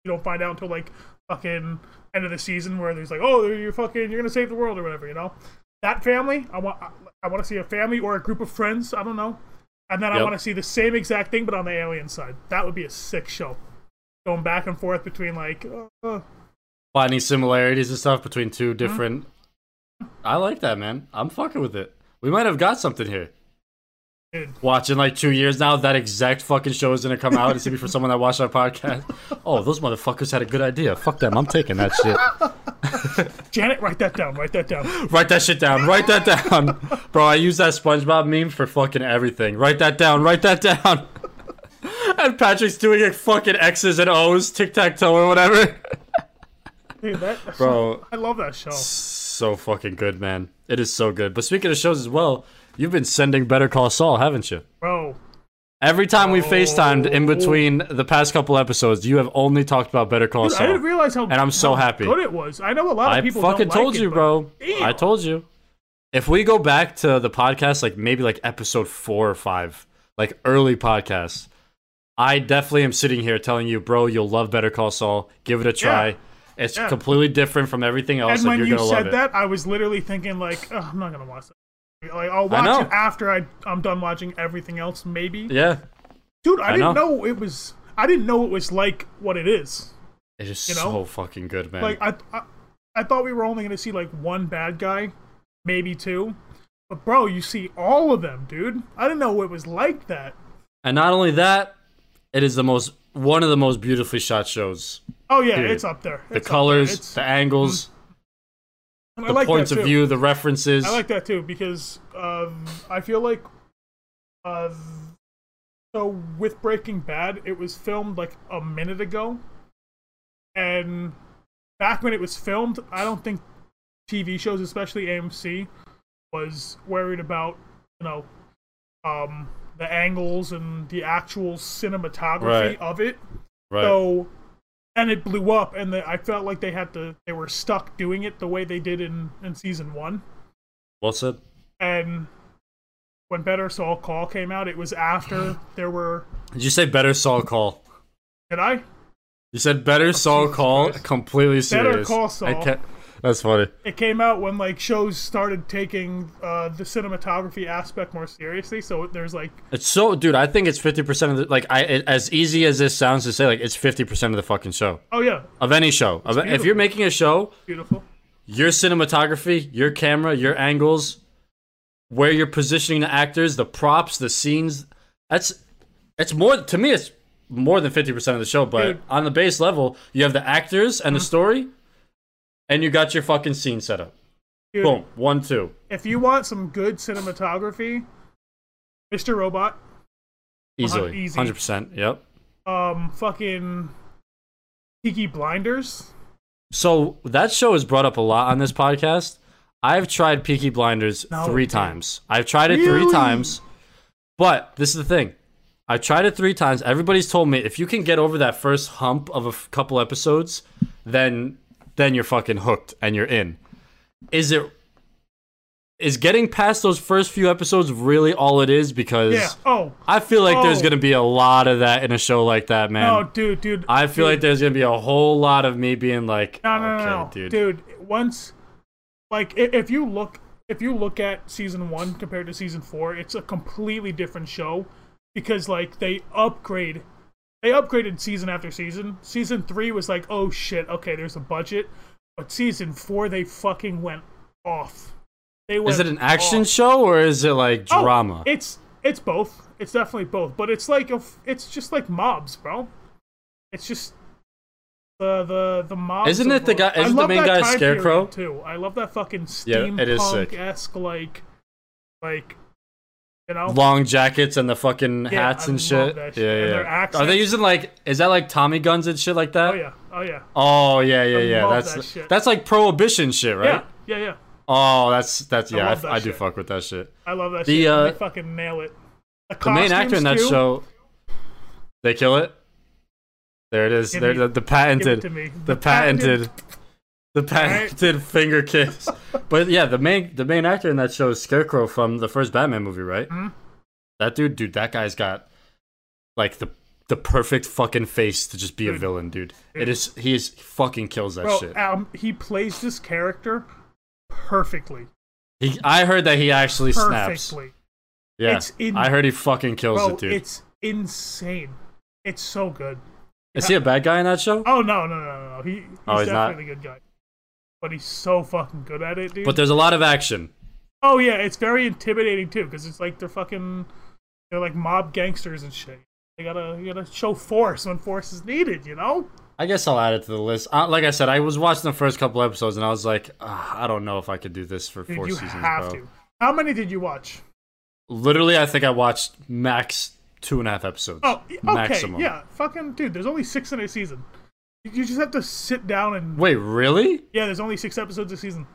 B: you don't find out until like fucking end of the season where there's like oh you're fucking you're going to save the world or whatever, you know. That family, I want I, I want to see a family or a group of friends, I don't know. And then I
A: Yep.
B: want to see the same exact thing but on the alien side. That would be a sick show. Going back and forth between like uh, uh,
A: finding similarities and stuff between two different. I like that, man. I'm fucking with it. We might have got something here.
B: dude.
A: Watching like two years now, that exact fucking show is gonna come out. It's gonna be for someone that watched our podcast. Oh, those motherfuckers had a good idea. Fuck them. I'm taking that shit.
B: Janet, write that down. Write
A: (laughs)
B: that down.
A: Write that shit down. Write that down, bro. I use that SpongeBob meme for fucking everything. Write that down. Write that down. (laughs) And Patrick's doing it fucking X's and O's, tic tac toe or whatever.
B: Dude, that,
A: Bro,
B: I love that show.
A: so fucking good, man. It is so good. But speaking of shows as well, you've been sending Better Call Saul, haven't you?
B: Bro,
A: Every time we FaceTimed in between the past couple episodes, you have only talked about Better Call
B: I didn't
A: Saul.
B: realize how
A: And I'm so
B: how
A: happy.
B: good it was. I know a lot of
A: I
B: people
A: fucking
B: don't
A: told
B: like
A: you,
B: it,
A: bro.
B: but damn.
A: I told you. If we go back to the podcast, like maybe like episode four or five, like early podcasts, I definitely am sitting here telling you, bro, you'll love Better Call Saul. Give it a try. It's
B: Yeah.
A: completely different from everything else,
B: And
A: and
B: when
A: you're
B: you
A: gonna love
B: said
A: it.
B: that, I was literally thinking like, "Ugh, I'm not gonna watch that. Like I'll
A: I
B: watch
A: know.
B: it after I I'm done watching everything else. Maybe,
A: Yeah,
B: dude. I,
A: I
B: didn't
A: know.
B: know. it was. I didn't know it was like what it is.
A: it is
B: You know?
A: so fucking good, man.
B: Like I, I, I thought we were only gonna see like one bad guy, maybe two, but bro, you see all of them, dude. I didn't know it was like that.
A: And not only that, it is the most one of the most beautifully shot shows.
B: Oh yeah,
A: Dude,
B: it's up there.
A: The
B: It's up there.
A: colors,
B: It's-
A: the angles,
B: and I
A: the
B: like that
A: points of
B: too.
A: view, the references.
B: I like that too because um, I feel like, uh, so with Breaking Bad, it was filmed like a minute ago, and back when it was filmed, I don't think TV shows, especially AMC, was worried about you know, um, the angles and the actual cinematography
A: Right.
B: of it.
A: right.
B: So, and it blew up, and the, I felt like they had to, they were stuck doing it the way they did in in season one.
A: well said.
B: And when Better Saul Call came out, it
A: (laughs)
B: was after there were.
A: Did you say Better Saul Call?
B: Did I?
A: You said Better Saul
B: Oh, Jesus
A: Call.
B: Christ.
A: Completely serious.
B: Call
A: I
B: Saul.
A: can't- That's funny.
B: It came out when like shows started taking uh, the cinematography aspect more seriously. So there's like
A: It's so, dude. I think it's fifty percent of the like. I it, as easy as this sounds to say, like it's fifty percent of the fucking show
B: Oh yeah,
A: of any show. Of, if
B: beautiful.
A: you're making a show,
B: beautiful.
A: your cinematography, your camera, your angles, where you're positioning the actors, the props, the scenes. That's it's more to me. It's more than fifty percent of the show, but
B: Dude. Uh-huh.
A: on the base level, you have the actors and the story, and you got your fucking scene set up.
B: Dude, Uh-huh.
A: Boom, one, two.
B: If you want some good cinematography, Mr. Robot,
A: Easily.
B: easy.
A: 100%. Yep.
B: um, fucking Tiki Blinders.
A: So that show is brought up a lot on this podcast. I've tried Peaky Blinders
B: No,
A: three
B: dude.
A: times. I've tried it three
B: Really?
A: times. But this is the thing. I've tried it three times. Everybody's told me if you can get over that first hump of a f- couple episodes, then then you're fucking hooked and you're in. Is it is getting past those first few episodes really all it is? Because
B: Yeah. Oh.
A: I feel like there's
B: Oh.
A: gonna be a lot of that in a show like that, man.
B: No, Oh, dude, dude.
A: I feel
B: dude.
A: like there's gonna be a whole lot of me being like,
B: No, no,
A: okay,
B: no, no,
A: dude.
B: Once, like, i- if you look, if you look at season one compared to season four, it's a completely different show because, like, they upgrade, they upgraded season after season. Season three was like, oh shit, okay, there's a budget, but season four they fucking went off. They went
A: Is it an action
B: off.
A: show or is it like
B: Oh,
A: drama?
B: It's it's both. It's definitely both, but it's like a, f- it's just like mobs, bro. It's just the the the mobs.
A: Isn't
B: of
A: it the guy-
B: I
A: isn't the
B: love
A: main
B: that
A: guy
B: time period,
A: Scarecrow?
B: too? I love that fuking
A: Yeah, it is sick.
B: steampunk esque like like you know
A: Long jackets and the fucking
B: Yeah,
A: hats
B: I
A: and
B: love
A: shit.
B: that shit.
A: Yeah,
B: And
A: yeah.
B: their
A: Are
B: accents.
A: they using like is that like Tommy guns and shit like that?
B: oh yeah oh yeah
A: Oh yeah, yeah,
B: I
A: yeah.
B: love
A: that's
B: that shit.
A: that's like prohibition shit, right?
B: yeah yeah yeah.
A: Oh, that's that's yeah. I,
B: love that
A: I do
B: shit.
A: fuck with that shit.
B: I love that
A: The,
B: shit.
A: uh,
B: they fucking nail it. The,
A: The main actor in that
B: costumes, too,
A: show, they kill it. There it is.
B: Give
A: There
B: me-
A: the, the
B: give
A: patented.
B: it to me.
A: the patented the patented finger kiss. But yeah, the main the main actor in that show is Scarecrow from the first Batman movie, right?
B: Mhm.
A: That dude, dude, that guy's got like the the perfect fucking face to just be a
B: Dude.
A: villain, dude. It
B: Dude.
A: is he is he fucking kills that
B: Bro,
A: shit.
B: um, he plays this character perfectly.
A: He, I heard that he actually snaps.
B: Perfectly.
A: Yeah,
B: It's in-
A: I heard he fucking kills
B: Bro,
A: it, dude.
B: it's insane. It's so good.
A: Is he a bad guy in that show?
B: Oh no, no, no, no, no. He, he's,
A: Oh, he's not?
B: definitely a good guy. But he's so fucking good at it, dude.
A: But there's a lot of action.
B: oh yeah, it's very intimidating too, because it's like they're fucking, they're like mob gangsters and shit. They gotta, you gotta show force when force is needed, you know?
A: I guess I'll add it to the list. Uh, like I said, I was watching the first couple episodes and I was like, "Ah, I don't know if I could do this for
B: Dude,
A: four
B: you
A: seasons.
B: have
A: bro.
B: to. How many did you watch?
A: Literally, I think I watched max two and a half episodes.
B: Oh, okay,
A: maximum.
B: yeah, fucking dude. There's only six in a season. You just have to sit down and
A: Wait, really?
B: Yeah, there's only six episodes a season.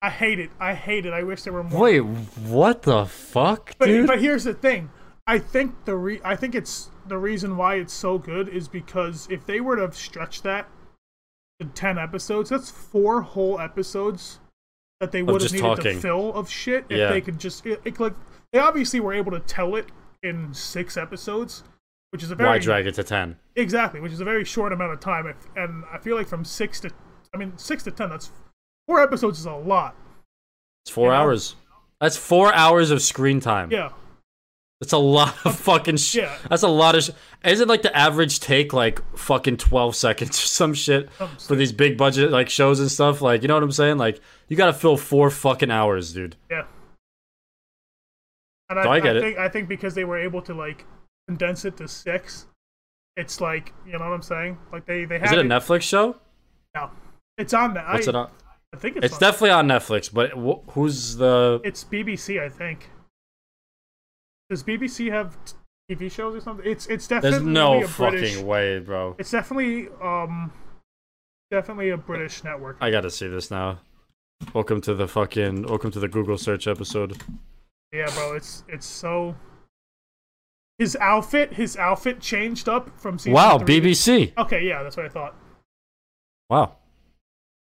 B: I hate it. I hate it. I wish there were more.
A: Wait, what the fuck,
B: but,
A: dude?
B: but here's the thing. I think the re- I think it's the reason why it's so good is because if they were to stretch that to ten episodes, that's four whole episodes that they would have
A: just
B: needed
A: talking.
B: to fill of shit if
A: Yeah.
B: they could just it, it- like they obviously were able to tell it in six episodes, which is a
A: Why
B: very
A: drag it to ten?
B: Exactly, which is a very short amount of time, if, and I feel like from six to, I mean, six to ten. That's four episodes is a lot.
A: It's four
B: Yeah.
A: hours. That's four hours of screen time.
B: Yeah,
A: That's a lot
B: (laughs)
A: of fucking shit.
B: Yeah.
A: That's a lot of sh Is it like the average take like fucking 12 seconds (laughs) or some shit
B: Some
A: for these big budget like shows and stuff? Like, you know what I'm saying? Like, you gotta fill four fucking hours, dude.
B: yeah. And
A: No, I get it.
B: think I think because they were able to like condense it to six, it's like you know what I'm saying. Like they they
A: Is
B: had
A: it a Netflix show?
B: now. It's on that.
A: What's
B: I,
A: it on?
B: I think it's
A: It's
B: on-
A: definitely on Netflix, but wh- who's the.
B: It's BBC, I think. Does BBC have t- TV shows or something? It's it's definitely
A: There's no
B: a British.
A: fucking way, bro.
B: It's definitely um, definitely a British network.
A: I gotta see this now. Welcome to the fucking welcome to the Google search episode.
B: Yeah, bro, it's it's so. His outfit, his outfit changed up from season.
A: Wow,
B: three.
A: BBC.
B: Okay, yeah, that's what I thought.
A: Wow,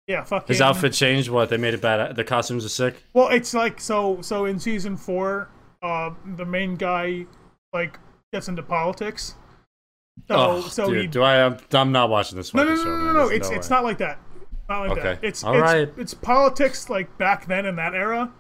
B: Yeah, fucking.
A: his outfit changed. What they made it bad. The costumes are sick.
B: Well, it's like so. So in season four, uh, the main guy like gets into politics. So
A: oh,
B: so
A: dude,
B: he.
A: do I? I'm, I'm not watching this.
B: no,
A: fucking
B: no, no,
A: show,
B: no, no,
A: man.
B: no.
A: There's
B: It's
A: no
B: it's
A: way.
B: not like that. Not like that.
A: Okay,
B: It's
A: all
B: it's,
A: right.
B: it's politics like back then in that era.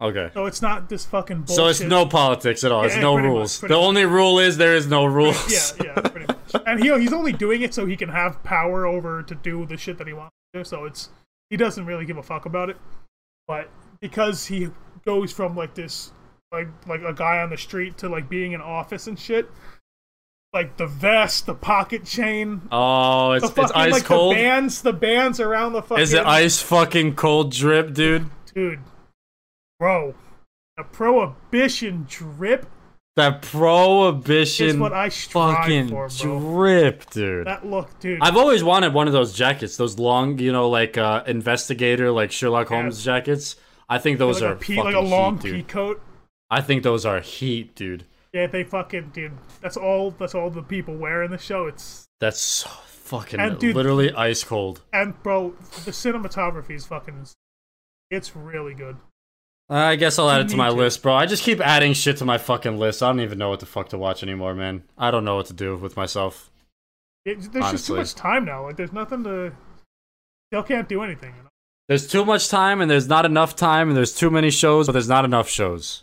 A: okay.
B: So it's not this fucking bullshit.
A: So it's no politics at all.
B: Yeah,
A: it's
B: yeah,
A: no
B: pretty much,
A: rules.
B: pretty
A: the
B: much.
A: only rule is there is no rules.
B: (laughs) Yeah, yeah, pretty much. And he he's only doing it so he can have power over to do the shit that he wants to do. So it's he doesn't really give a fuck about it. But because he goes from like this like like a guy on the street to like being in office and shit, like the vest, the pocket chain,
A: Oh, it's
B: the fucking
A: it's ice
B: like
A: cold.
B: the bands, the bands around the fucking
A: Is it ice fucking cold drip, dude?
B: dude, bro. A prohibition drip
A: That prohibition
B: is what I strive
A: fucking
B: for, bro.
A: drip, dude.
B: that look, dude.
A: I've always wanted one of those jackets, those long, you know, like uh, investigator, like Sherlock
B: Yeah.
A: Holmes jackets. I think those
B: like
A: are
B: a pea,
A: fucking
B: like a long
A: heat, dude.
B: pea coat.
A: I think those are heat, dude.
B: Yeah, they fucking dude. That's all. That's all the people wear in the show. It's
A: That's so fucking
B: And, dude-
A: literally ice cold.
B: and bro, the cinematography is fucking. It's really good.
A: Uh, I guess I'll add it
B: You
A: to
B: need
A: my
B: to.
A: list, bro. I just keep adding shit to my fucking list. I don't even know what the fuck to watch anymore, man. I don't know what to do with myself.
B: It, there's just too
A: Honestly.
B: much time now. Like there's nothing to. They can't do anything. You know?
A: There's too much time, and there's not enough time, and there's too many shows, but there's not enough shows.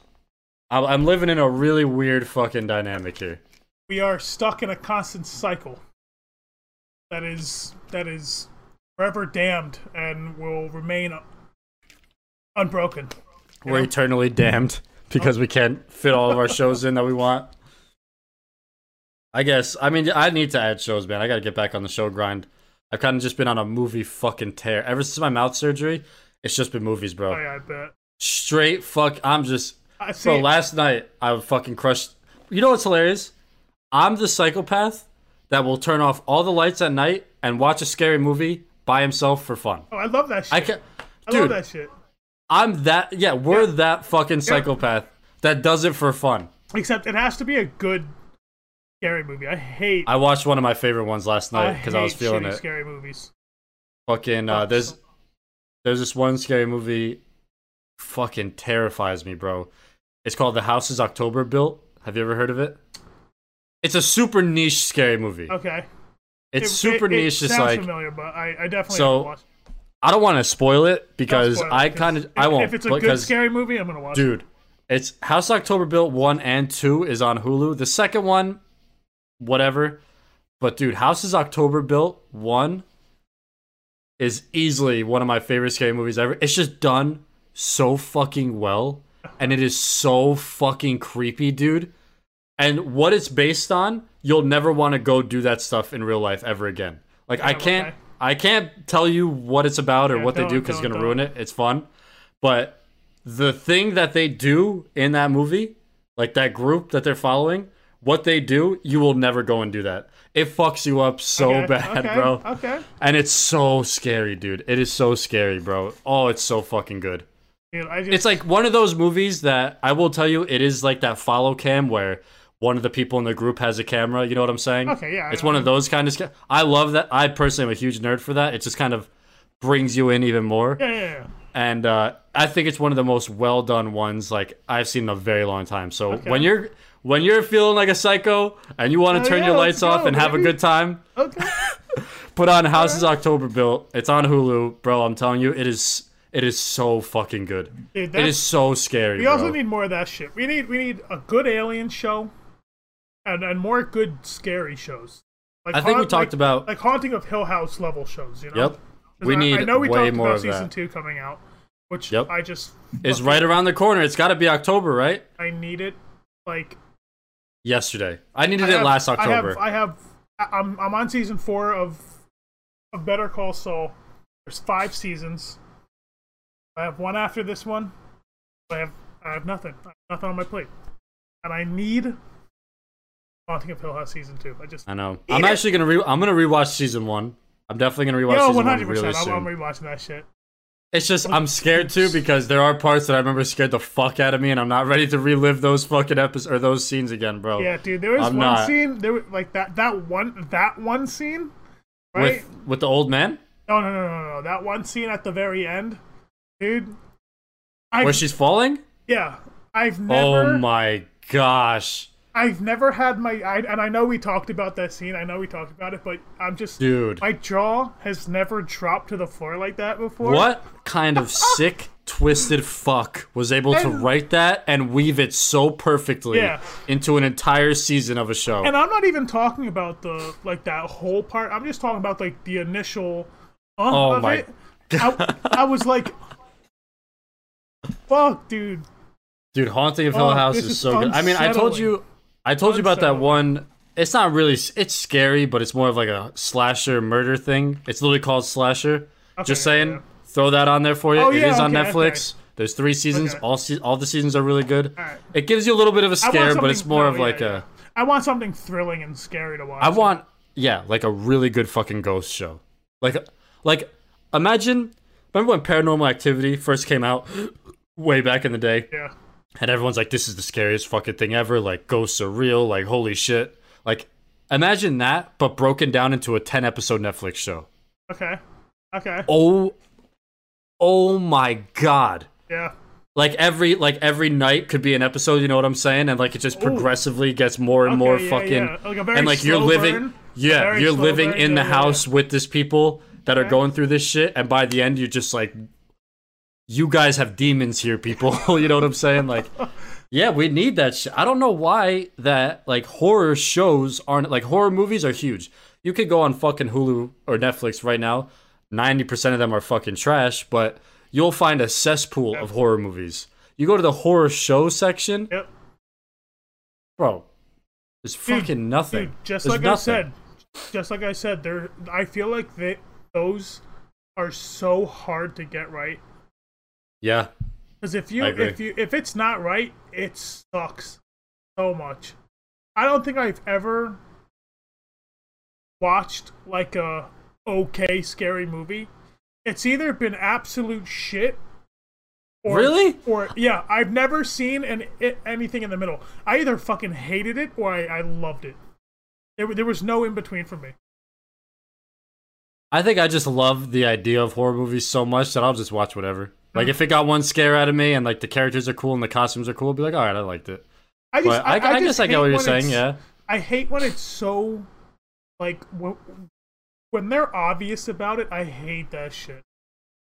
A: I'm I'm living in a really weird fucking dynamic here.
B: We are stuck in a constant cycle. That is that is forever damned and will remain unbroken.
A: We're
B: Yeah.
A: eternally damned because we can't fit all of our shows in that we want. I guess. I mean, I need to add shows, man. I got to get back on the show grind. I've kind of just been on a movie fucking tear. Ever since my mouth surgery, it's just been movies, bro.
B: Oh yeah, I bet.
A: Straight fuck. I'm just.
B: I see.
A: Bro, last night, I fucking crushed. You know what's hilarious? I'm the psychopath that will turn off all the lights at night and watch a scary movie by himself for fun.
B: oh, I love that shit.
A: I can.
B: I
A: Dude,
B: love that shit.
A: I'm that. Yeah, we're that fucking psychopath that does it for fun.
B: Except it has to be a good scary movie. I hate
A: I watched one of my favorite ones last night because I, was
B: hate
A: feeling
B: shitty
A: it.
B: Scary movies. Oh,
A: Fucking uh, there's there's this one scary movie, fucking terrifies me, bro. It's called The House Is October Built. Have you ever heard of it? It's a super niche scary movie.
B: Okay.
A: It's
B: It-
A: super
B: it- it
A: niche. Just
B: sounds
A: like
B: familiar, but I, I definitely
A: So,
B: haven't watched it.
A: I don't want to spoil it
B: Don't
A: because
B: spoil it,
A: I kind of
B: if-
A: I won't
B: If it's a good
A: because
B: scary movie, I'm gonna watch. it.
A: dude, it's House October Built one and two is on Hulu. The second one, whatever, but dude, House is October Built one is easily one of my favorite scary movies ever. It's just done so fucking well, and it is so fucking creepy, dude. And what it's based on, you'll never want to go do that stuff in real life ever again. Like I
B: Yeah,
A: can't,
B: okay.
A: I can't tell you what it's about or
B: Yeah,
A: what they do
B: don't-
A: because it's
B: don't-
A: gonna
B: don't.
A: ruin it. It's fun, but the thing that they do in that movie, like that group that they're following, what they do, you will never go and do that. It fucks you up so
B: Okay,
A: bad,
B: okay,
A: bro.
B: Okay.
A: And it's so scary, dude. It is so scary, bro. Oh, it's so fucking good.
B: Dude, I just,
A: It's like one of those movies that I will tell you, it is like that follow cam where one of the people in the group has a camera. You know what I'm saying?
B: Okay, yeah,
A: It's
B: I-
A: one of those kind of. sca- I love that. I personally am a huge nerd for that. It just kind of brings you in even more
B: yeah, yeah, yeah.
A: and uh, I think it's one of the most well done ones like I've seen in a very long time. So
B: Okay.
A: when you're when you're feeling like a psycho and you want
B: Oh,
A: to turn
B: yeah,
A: your
B: let's
A: lights off
B: go,
A: and have a
B: baby.
A: good time,
B: Okay.
A: put on Houses October Built. It's on Hulu, bro. I'm telling you, it is it is so fucking good.
B: Dude,
A: It
B: that's-
A: is so scary.
B: We also
A: bro.
B: need more of that shit. We need we need a good alien show, and and more good scary shows. Like
A: I think we
B: haunt-
A: talked
B: like-
A: about-
B: like haunting of Hill House level shows. You know.
A: Yep.
B: 'Cause
A: We
B: I, I
A: need
B: know we
A: way
B: talked
A: more
B: about
A: of
B: season
A: that.
B: two coming out, which
A: Yep.
B: I just
A: It's
B: fucking-
A: right around the corner. It's got to be October, right?
B: I need it. Like
A: Yesterday. I needed
B: I
A: it
B: have-
A: last October.
B: I have, I have I- I'm I'm on season four of of Better Call Saul. There's five seasons. I have one after this one. I have I have nothing. I have nothing on my plate, and I need Haunting of Hill House season two. I just
A: I know.
B: Eat
A: I'm
B: it.
A: actually gonna re. I'm gonna rewatch season one. I'm definitely gonna rewatch
B: yo
A: season
B: 100.
A: one really
B: percent
A: soon.
B: I'm rewatching that shit.
A: It's just I'm scared too because there are parts that I remember scared the fuck out of me, and I'm not ready to relive those fucking episodes or those scenes again, bro.
B: Yeah, dude. There was
A: Oh, I'm
B: one
A: not-
B: scene. There was like that that one that one scene. Right?
A: With with the old man
B: no, no, no, no, no. That one scene at the very end, dude. I
A: where she's falling.
B: yeah. I've never.
A: Oh my gosh,
B: I've never had my I, and I know we talked about that scene. I know we talked about it, but I'm just
A: dude!
B: my jaw has never dropped to the floor like that before.
A: What kind
B: (laughs)
A: of sick, twisted fuck was able to
B: And-
A: write that and weave it so perfectly
B: Yeah.
A: into an entire season of a show?
B: And I'm not even talking about the like that whole part. I'm just talking about like the initial. Uh,
A: Oh
B: of
A: my
B: It. I, I was like, "Fuck, dude."
A: Dude, Haunting of Hill
B: Oh,
A: House
B: this
A: is
B: is
A: so good. I mean, I told
B: unsettling.
A: you, I told you about that
B: Unsettling.
A: one it's not really it's scary, but it's more of like a slasher murder thing. It's literally called slasher. Just
B: yeah,
A: saying,
B: yeah.
A: throw that on there for you.
B: Oh,
A: It is
B: yeah,
A: on
B: okay,
A: Netflix. There's three seasons.
B: Okay.
A: All se- all the seasons are really good.
B: Alright.
A: It gives you a little bit of a
B: I want
A: scare, but
B: something-
A: it's more
B: no,
A: of
B: yeah,
A: like
B: yeah.
A: a
B: I want something thrilling and scary to watch.
A: I want yeah, like a really good fucking ghost show. Like like imagine remember when Paranormal Activity first came out (gasps) way back in the day
B: Yeah.
A: and everyone's like this is the scariest fucking thing ever, like ghosts are real, like holy shit. Like imagine that but broken down into a 10 episode Netflix show.
B: Okay. Okay.
A: Oh Oh my god.
B: Yeah.
A: Like every like every night could be an episode, you know what I'm saying? And like it just progressively gets more and
B: Okay,
A: more
B: yeah,
A: fucking
B: yeah. Like a very
A: and like you're
B: slow
A: living
B: burn. A
A: Yeah,
B: very
A: you're
B: slow
A: living
B: burn,
A: in
B: yeah,
A: the
B: yeah,
A: house with this people that are going through this shit and by the end you're just like you guys have demons here, people. (laughs) you know what I'm saying? Like yeah, we need that shit. I don't know why that like horror shows aren't like horror movies are huge. You could go on fucking Hulu or Netflix right now. 90% of them are fucking trash, but you'll find a cesspool of horror movies. You go to the horror show section,
B: Yep.
A: bro. There's fucking nothing.
B: Dude, just
A: There's
B: like I
A: nothing.
B: said, just like I said, there. I feel like they, those are so hard to get right.
A: Yeah.
B: Because if you
A: I agree.
B: if you if it's not right, it sucks so much. I don't think I've ever watched like a okay scary movie. It's either been absolute shit. Or,
A: Really?
B: Or yeah, I've never seen an it, anything in the middle. I either fucking hated it or I, I loved it. There, there was no in between for me.
A: I think I just love the idea of horror movies so much that I'll just watch whatever. Like if it got one scare out of me and like the characters are cool and the costumes are cool, I'll be like, all right, I liked it.
B: I just,
A: But I, I, guess
B: just
A: I get
B: hate
A: what you're
B: when
A: saying.
B: it's-
A: Yeah.
B: I hate when it's so like wh- when they're obvious about it. I hate that shit.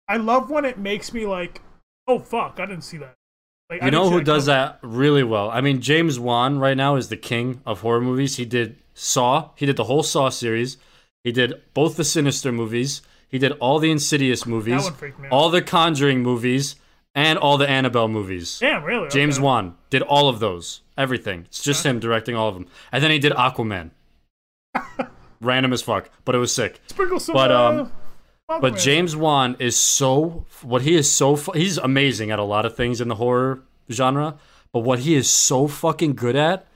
B: I love when it makes me like, oh fuck, I didn't see that. (laughs) Like, I
A: You
B: didn't
A: know
B: see
A: who does
B: coming.
A: that really well? I mean, James Wan right now is the king of horror movies. He did Saw. He did the whole Saw series. He did both the Sinister movies. He did all the Insidious movies,
B: one freaked me out.
A: all the Conjuring movies, and all the Annabelle movies.
B: Damn, really?
A: James
B: Okay.
A: Wan did all of those, everything. It's just him directing all of them, and then he did
B: (laughs)
A: Aquaman. Random as fuck, but it was sick.
B: Sprinkle some.
A: But, um,
B: uh, fuck
A: But
B: with it.
A: James Wan is so what he is so fu- he's amazing at a lot of things in the horror genre, but what he is so fucking good at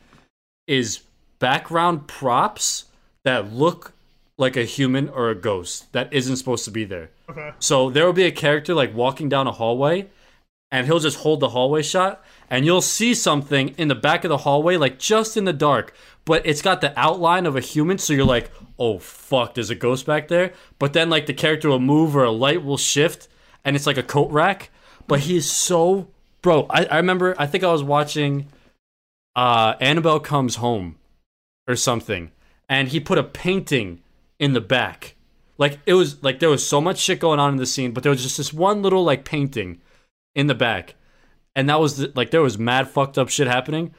A: is background props that look like a human or a ghost that isn't supposed to be there.
B: Okay.
A: So there will be a character like walking down a hallway, and he'll just hold the hallway shot, and you'll see something in the back of the hallway, like just in the dark, but it's got the outline of a human. So you're like, oh fuck, there's a ghost back there. But then like the character will move or a light will shift, and it's like a coat rack. But he's so bro. I, I remember. I think I was watching uh, Annabelle Comes Home or something, and he put a painting in the back. Like it was like there was so much shit going on in the scene, but there was just this one little like painting in the back, and that was the, like there was mad fucked up shit happening.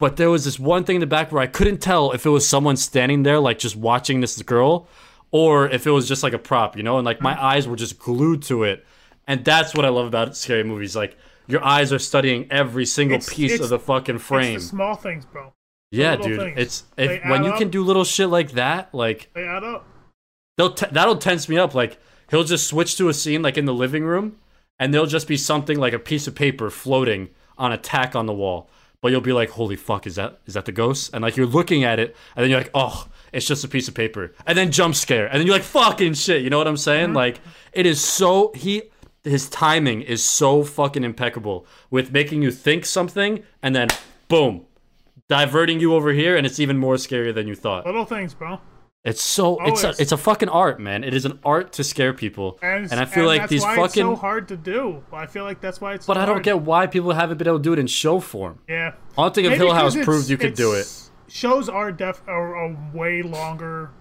A: But there was this one thing in the back where I couldn't tell if it was someone standing there, like just watching this girl, or if it was just like a prop, you know. And like my eyes were just glued to it, and that's what I love about scary movies. Like your eyes are studying every single
B: It's-
A: piece
B: it's-
A: of the fucking frame.
B: It's the small things, bro.
A: Yeah,
B: little
A: dude.
B: things.
A: It's
B: They
A: if, when
B: add
A: you can
B: up.
A: do little shit like that, like
B: They add up.
A: they'll t- that'll tense me up. Like he'll just switch to a scene like in the living room, and there'll just be something like a piece of paper floating on a tack on the wall. But you'll be like, "Holy fuck, is that is that the ghost?" And like you're looking at it, and then you're like, "Oh, it's just a piece of paper." And then jump scare, and then you're like, "Fucking shit," you know what I'm saying? Like it is so he his timing is so fucking impeccable with making you think something and then boom diverting you over here and it's even more scarier than you thought
B: Little things, bro.
A: it's so it's
B: Always.
A: a it's a fucking art, man. It is an art to scare people, and,
B: And,
A: I feel like
B: that's
A: these
B: why
A: fucking.
B: It's so hard to do. I feel like that's why it's.
A: but
B: so
A: I don't
B: hard.
A: get why people haven't been able to do it in show form.
B: Yeah.
A: Haunting of
B: Maybe
A: Hill House
B: 'cause it's-
A: proved you could do it.
B: it's- Shows are def are a way longer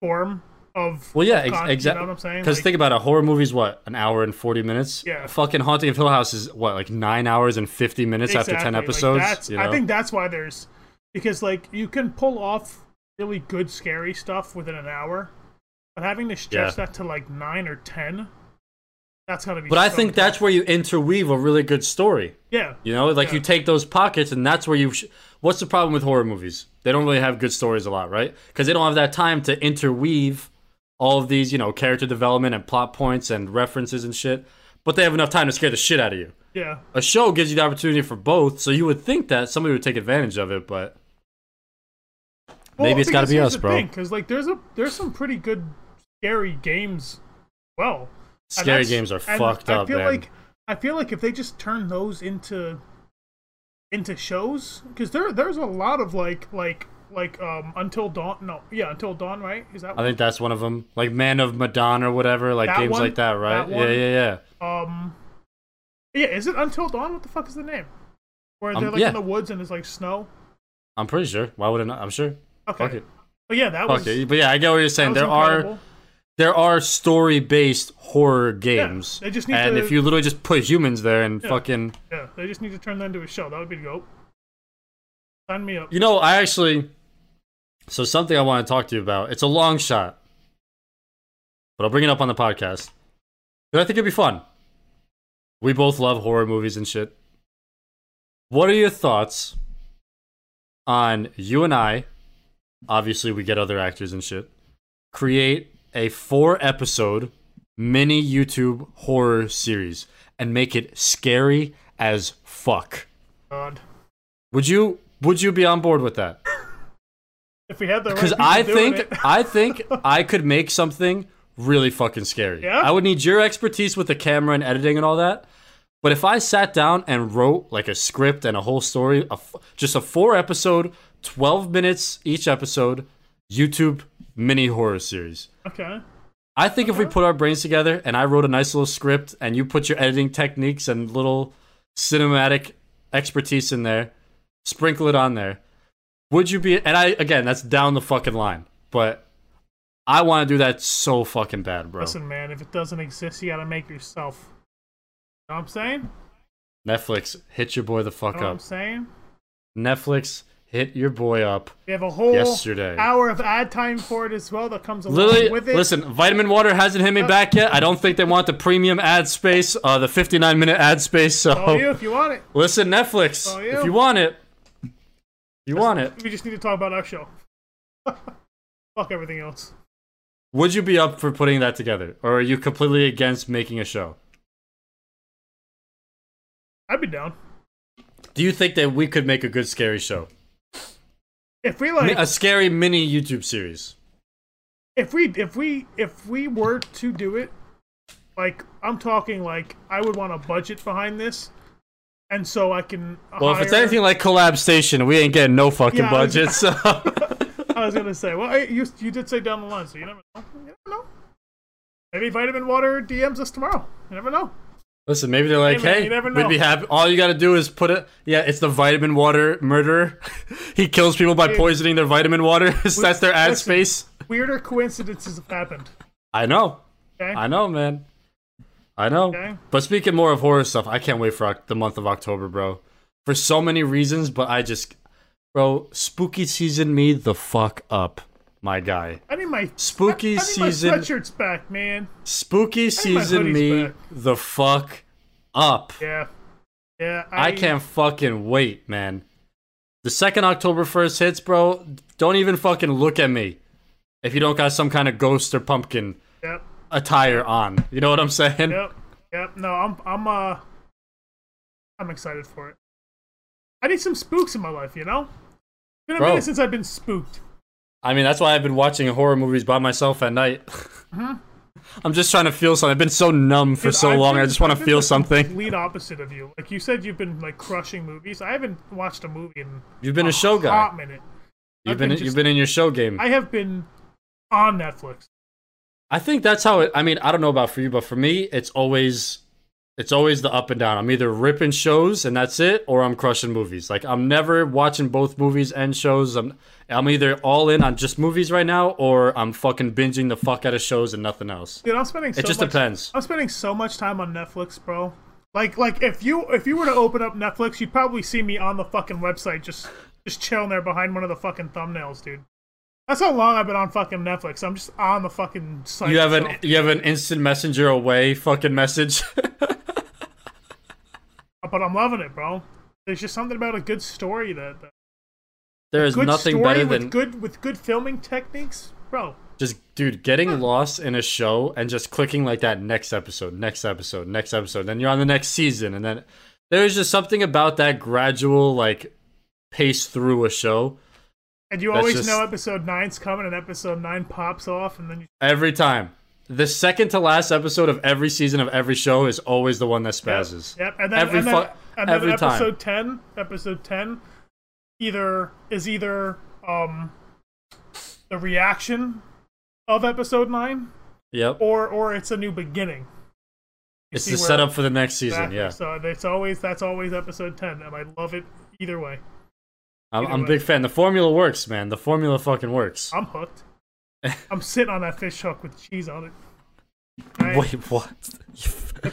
B: form of
A: Well, yeah,
B: of
A: ex-
B: con-
A: exactly.
B: You know what I'm saying?
A: Because
B: Like,
A: think about it, horror movies what an hour and forty minutes.
B: Yeah.
A: Fucking Haunting of Hill House is what like nine hours and fifty minutes after ten
B: exactly, like,
A: episodes.
B: that's-
A: you know?
B: I think that's why there's because like you can pull off really good scary stuff within an hour, but having to stretch
A: Yeah.
B: that to like nine or ten, that's gotta be.
A: but I
B: so
A: think
B: tough.
A: that's where you interweave a really good story.
B: yeah.
A: You know, like
B: Yeah.
A: you take those pockets, and that's where you. Sh- what's the problem with horror movies? They don't really have good stories a lot, right? Because they don't have that time to interweave all of these, you know, character development and plot points and references and shit. But they have enough time to scare the shit out of you.
B: Yeah.
A: A show gives you the opportunity for both, so you would think that somebody would take advantage of it, but Maybe it's gotta be us, bro.
B: Because like there's a there's some pretty good scary games. Well, And
A: scary
B: that's-
A: games are
B: and
A: fucked
B: I
A: up,
B: feel
A: man.
B: like I feel like if they just turn those into into shows, because there there's a lot of like like like um Until Dawn. No, yeah, Until Dawn. Right? Is that
A: I think that's one of them. Like Man of Madonna or whatever, like
B: That
A: games
B: one?
A: like that, right?
B: That
A: yeah,
B: one?
A: yeah, yeah.
B: um? Yeah, is it Until Dawn? What the fuck is the name? Where
A: Um,
B: they're like
A: yeah.
B: in the woods and there's like snow.
A: I'm pretty sure. Why would it not? I'm sure.
B: Okay.
A: Fuck it.
B: But yeah, that
A: Fuck
B: was.
A: it. But yeah, I get what you're
B: that
A: saying.
B: was
A: There are
B: incredible.
A: there are story based horror games.
B: they just need
A: and
B: to-
A: if you literally just put humans there and
B: Yeah.
A: fucking
B: Yeah, they just need to turn that into a show. That would be dope. Sign me up.
A: You know, I actually so something I want to talk to you about. It's a long shot. But I'll bring it up on the podcast. But I think it'd be fun. We both love horror movies and shit. What are your thoughts on you and I? Obviously, we get other actors and shit. Create a four episode mini YouTube horror series and make it scary as fuck.
B: God.
A: Would you would you be on board with that?
B: If we had the right
A: Because
B: people
A: I
B: doing
A: think
B: it. (laughs)
A: I think I could make something really fucking scary.
B: Yeah?
A: I would need your expertise with the camera and editing and all that. But if I sat down and wrote like a script and a whole story, a f- just a four episode, twelve minutes each episode, YouTube mini horror series.
B: okay.
A: I think if we
B: Uh-huh.
A: put our brains together and I wrote a nice little script and you put your editing techniques and little cinematic expertise in there, sprinkle it on there. Would you be and I again, that's down the fucking line, but I want to do that so fucking bad, bro.
B: Listen, man, if it doesn't exist, you gotta make it yourself. Know what I'm saying?
A: Netflix, hit your boy the fuck
B: Know what I'm
A: up.
B: saying?
A: Netflix, hit your boy up.
B: We have a whole
A: Yesterday.
B: hour of ad time for it as well that comes along
A: Literally,
B: with it. Uh,
A: listen, vitamin water hasn't hit me back yet. I don't think they want the premium ad space, uh, the 59 minute ad space. So
B: Call Oh, you if you want it.
A: Listen, Netflix,
B: Oh, yeah.
A: if you want it, if you want it.
B: We just need to talk about our show. (laughs) Fuck everything else.
A: Would you be up for putting that together, or are you completely against making a show?
B: I'd be down.
A: Do you think that we could make a good scary show,
B: If we
A: Mi-
B: like
A: a scary mini YouTube series?
B: if we if we if we were to do it like i'm talking like i would want a budget behind this and so i can
A: Well, if
B: hire,
A: it's anything like Collab Station, we ain't getting no fucking
B: Yeah, I was-
A: budget. So (laughs)
B: i was gonna say well I, you you did say down the line so you never know you never know maybe vitamin water dms us tomorrow you never know
A: listen, maybe they're like,
B: Hey, man,
A: "Hey,
B: you never
A: we'd
B: know."
A: be happy." All you gotta do is put it. Yeah, it's the vitamin water murderer. (laughs) he kills people by poisoning their vitamin water. (laughs) That's their ad
B: listen.
A: space.
B: weirder coincidences have happened
A: I know.
B: okay
A: I know, man. I know.
B: Okay.
A: But speaking more of horror stuff, I can't wait for Oc- the month of October, bro. For so many reasons, but I just, bro, spooky season me the fuck up, my guy.
B: i need my
A: Spooky
B: I need
A: season,
B: my sweatshirts back man
A: spooky season
B: hoodies
A: me
B: back.
A: the fuck up.
B: yeah yeah
A: I, can't fucking wait, man. The second October 1st hits, bro, don't even fucking look at me if you don't got some kind of ghost or pumpkin
B: yep
A: attire on. You know what I'm saying?
B: Yep. Yep. No, I'm I'm uh I'm excited for it. I need some spooks in my life, you know? It's been a
A: Bro.
B: minute since I've been spooked.
A: I mean, that's why I've been watching horror movies by myself at night. I'm just trying to feel something. I've been so numb for
B: Dude,
A: so
B: I've
A: long. I
B: been-
A: just want
B: I've
A: to
B: been
A: feel
B: the (laughs)
A: something.
B: Complete opposite of you. Like you said you've been like crushing movies. I haven't watched a movie in
A: You've been a show guy.
B: Oh, hot minute.
A: You've
B: Uh, I've
A: been
B: been
A: you've
B: just-
A: been in your show game.
B: I have been on Netflix.
A: I think that's how it. I mean, I don't know about for you, but for me, it's always it's always the up and down. I'm either ripping shows and that's it, or I'm crushing movies. Like I'm never watching both movies and shows. I'm I'm either all in on just movies right now, or I'm fucking binging the fuck out of shows and nothing else.
B: Dude, I'm spending so
A: It just
B: much,
A: depends.
B: I'm spending so much time on Netflix, bro. Like like if you if you were to open up Netflix, you'd probably see me on the fucking website just just chilling there behind one of the fucking thumbnails, dude. That's how long I've been on fucking Netflix. I'm just on the fucking site.
A: You have an
B: itself.
A: you have an instant messenger away fucking message. (laughs)
B: but I'm loving it, bro. There's just something about a good story that, that
A: There is
B: good
A: nothing
B: story
A: better
B: with
A: than
B: good with good filming techniques, bro.
A: just dude getting lost in a show and just clicking like that next episode, next episode, next episode. Then you're on the next season, and then there's just something about that gradual like pace through a show
B: And you
A: That's
B: always
A: just-
B: know episode nine's coming, and episode nine pops off, and then you,
A: every time. The second to last episode of every season of every show is always the one that spazzes.
B: yep, and then
A: Every
B: and then,
A: fu-
B: and then
A: every time.
B: episode ten, episode ten, either is either um the reaction of episode nine,
A: Yep.
B: or or it's a new beginning. You
A: It's
B: see
A: the
B: where-
A: setup for the next season.
B: Exactly.
A: Yeah.
B: So it's always that's always episode ten, and I love it either way.
A: I'm,
B: either
A: I'm a
B: way.
A: big fan. The formula works, man. The formula fucking works. (laughs)
B: I'm hooked. I'm sitting on that fish hook with cheese on it.
A: (laughs)
B: Right?
A: Wait, what?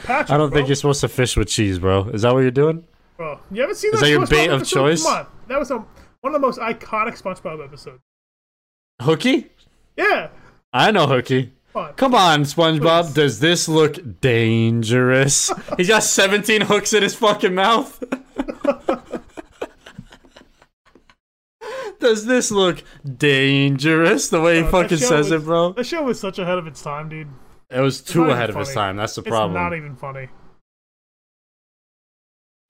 B: Patrick,
A: I don't
B: bro.
A: think you're supposed to fish with cheese, bro. Is that what you're doing?
B: Bro, you haven't seen
A: Is
B: that
A: that your
B: SpongeBob
A: bait of
B: episode?
A: choice?
B: Come on. That was a, one of the most iconic SpongeBob episodes.
A: Hooky?
B: Yeah.
A: I know Hooky.
B: Come on.
A: Come on, SpongeBob. Does this look dangerous? He's got 17 hooks in his fucking
B: (laughs)
A: mouth. Does this look dangerous? The way he
B: Bro, Oh, that
A: fucking
B: show
A: says
B: was-
A: it,
B: (laughs)
A: bro.
B: That show was such ahead of its time, dude.
A: It was
B: not
A: too
B: even
A: ahead of its
B: funny.
A: time. That's the
B: It's
A: problem.
B: not even funny.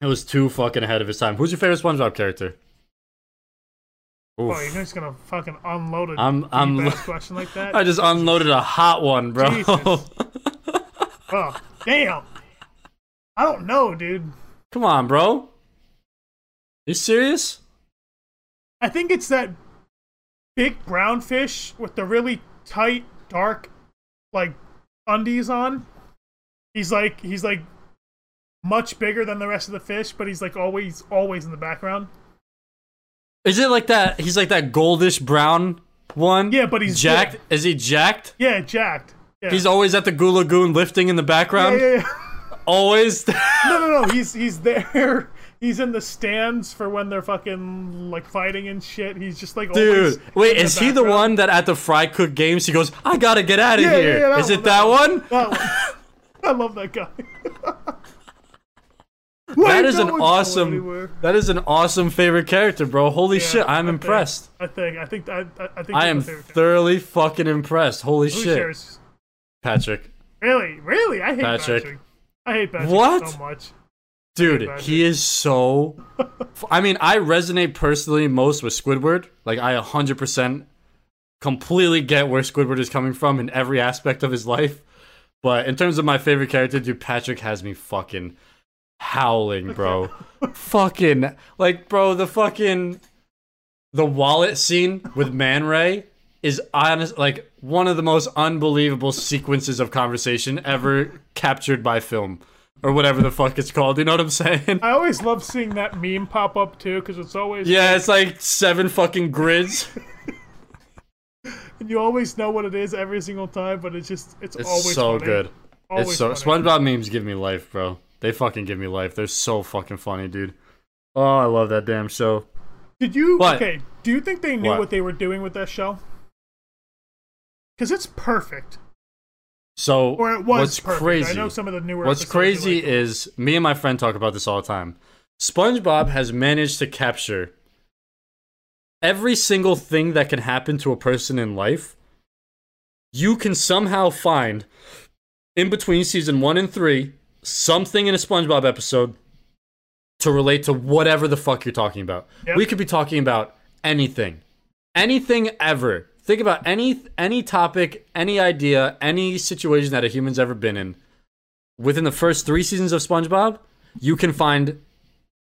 A: It was too fucking ahead of its time. Who's your favorite SpongeBob character? Oof.
B: Bro, you're just gonna fucking unload a
A: I'm- I'm
B: deep-ass
A: lo- (laughs)
B: question like that.
A: I just unloaded a hot one, bro.
B: Jesus. Bro, damn. I don't know, dude.
A: (laughs) Come on, bro. You serious?
B: I think it's that big brown fish with the really tight, dark, like undies on. He's like he's like much bigger than the rest of the fish, but he's like always always in the background.
A: Is it like that? He's like that goldish brown one.
B: Yeah, but he's
A: jacked.
B: jacked.
A: Is he jacked?
B: Yeah, jacked. Yeah.
A: He's always at the Goo Lagoon lifting in the
B: yeah,
A: background.
B: yeah, yeah.
A: Always. (laughs)
B: No, no, no. He's he's there. (laughs) He's in the stands for when they're fucking like fighting and shit. He's just like always
A: Dude, wait,
B: in
A: is he the
B: background.
A: one that at the Fry Cook Games he goes, "I gotta get out of
B: Yeah, yeah,
A: here"? Is
B: yeah, that
A: it
B: one,
A: that one?
B: that That one. Oh. (laughs) I love that guy. (laughs)
A: That
B: Wait,
A: is
B: no
A: an
B: one's going anywhere.
A: awesome. That is an awesome favorite character, bro. Holy
B: Yeah,
A: shit,
B: I
A: I'm
B: think-
A: impressed.
B: I think. I think. I, I- I think.
A: I am
B: that's my favorite character.
A: thoroughly fucking impressed. Holy
B: Who
A: shit,
B: cares?
A: Patrick.
B: Really, really, I hate
A: Patrick.
B: Patrick. I hate Patrick
A: What?
B: so much.
A: Dude,
B: Patrick.
A: he is so. f- I mean, I resonate personally most with Squidward. Like, I 100% completely get where Squidward is coming from in every aspect of his life. But in terms of my favorite character, dude, Patrick has me fucking howling, bro. fucking. Like, bro, the fucking. The wallet scene with Man Ray is honest, like one of the most unbelievable sequences of conversation ever captured by film or whatever the fuck it's called. You know what I'm saying? (laughs)
B: I always love seeing that meme pop up too, because it's always
A: Yeah, it's like seven fucking grids.
B: You always know what it is every single time, but it's just it's,
A: It's
B: always
A: so
B: funny.
A: good.
B: Always
A: it's so
B: funny.
A: SpongeBob memes give me life, bro. They fucking give me life. They're so fucking funny, dude. Oh, I love that damn show.
B: Did you
A: What?
B: okay? Do you think they knew
A: What?
B: what, they were doing with that show? Because it's perfect,
A: So
B: or it was
A: what's
B: perfect.
A: crazy?
B: I know some of the newer.
A: What's
B: episodes are like-
A: crazy
B: "Oh."
A: is me and my friend talk about this all the time. SpongeBob has managed to capture every single thing that can happen to a person in life. You can somehow find in between season 1 and 3 something in a SpongeBob episode to relate to whatever the fuck you're talking about.
B: Yep.
A: We could be talking about anything. Anything ever. Think about any any topic, any idea, any situation that a human's ever been in within the first three seasons of SpongeBob, you can find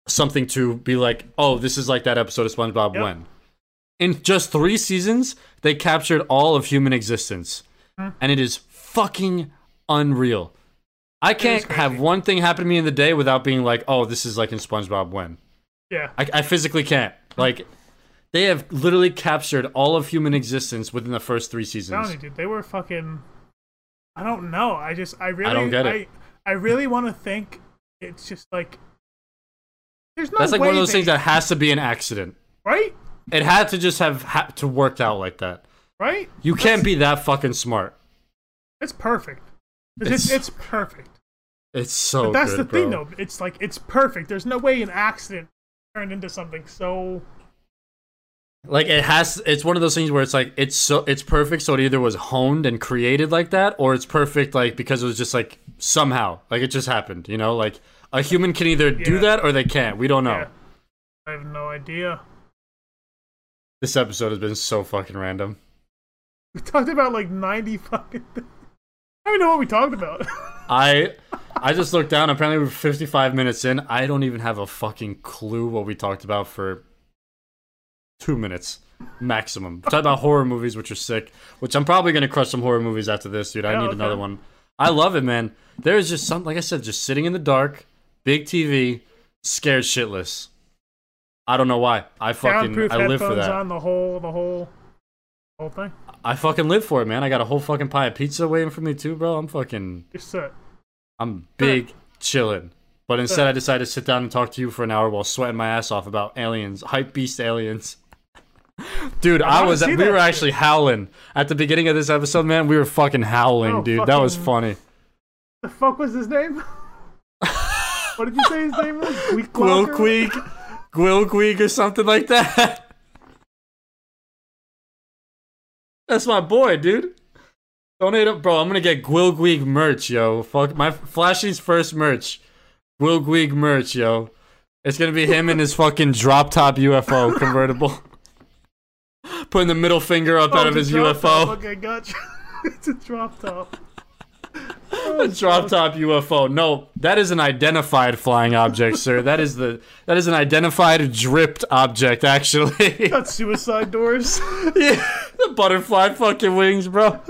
A: something to be like, oh, this is like that episode of SpongeBob
B: Yep.
A: when. In just three seasons, they captured all of human existence. And it is fucking unreal. I can't have
B: crazy.
A: one thing happen to me in the day without being like, oh, this is like in SpongeBob when.
B: yeah,
A: I, I physically can't. Like, they have literally captured all of human existence within the first three
B: I'm
A: seasons.
B: telling you, dude, they were fucking. I don't know. I just, I really,
A: don't get it.
B: I, I really want to think it's just like. There's no
A: That's like one of
B: way
A: those
B: they-
A: things that has to be an accident.
B: right,
A: It had to just have ha- to worked out like that.
B: right.
A: You can't be that fucking smart.
B: It's perfect. It's it's,
A: It's-
B: it's perfect.
A: It's so.
B: But that's
A: good,
B: the thing,
A: bro.
B: though. It's like it's perfect. There's no way an accident turned into something so
A: Like it has, it's one of those things where it's like it's so it's perfect. So it either was honed and created like that, or it's perfect like because it was just like somehow like it just happened. You know, like a human can either do
B: Yeah.
A: that or they can't. We don't know.
B: Yeah. I have no idea.
A: This episode has been so fucking random.
B: We talked about like 90 fucking things. I don't even know what we talked about.
A: I I just looked down. Apparently, we're 55 minutes in. I don't even have a fucking clue what we talked about for two minutes maximum. We talked about horror movies, which are sick. Which I'm probably gonna crush some horror movies after this, dude. I
B: Yeah,
A: need
B: okay.
A: another one. I love it, man. There is just something, like I said, just sitting in the dark, big TV, scared shitless. I don't know why. I fucking
B: Soundproof
A: I live
B: headphones
A: for that.
B: on the whole, the whole, whole thing.
A: I fucking live for it, man. I got a whole fucking pie of pizza waiting for me too, bro. I'm fucking
B: You're set.
A: I'm big chillin'. But instead, I decided to sit down and talk to you for an hour while sweating my ass off about aliens, hype beast aliens. (laughs) Dude, I,
B: wanna
A: was
B: see
A: we
B: that
A: were
B: shit.
A: actually howling at the beginning of this episode, man. We were fucking howling,
B: Oh,
A: dude. That was
B: fucking-
A: funny.
B: The fuck was
A: (laughs)
B: his name? what did you say his name was? Weak
A: Gwilqueak, Gwilqueak, or something like that. That's my boy, dude. Donate up, bro. I'm gonna get Gwilqueak merch, yo. Fuck my Flashy's first merch, Gwilqueak merch, yo. It's gonna be him and his fucking drop top UFO convertible. (laughs) Putting the middle finger
B: Oh,
A: up out of his UFO.
B: Okay, gotcha. (laughs) it's a drop top.
A: A drop top UFO. No, that is an identified flying object, sir. That is the that is an identified dripped object, actually.
B: Got suicide doors. (laughs)
A: Yeah, (laughs) the butterfly fucking wings, bro.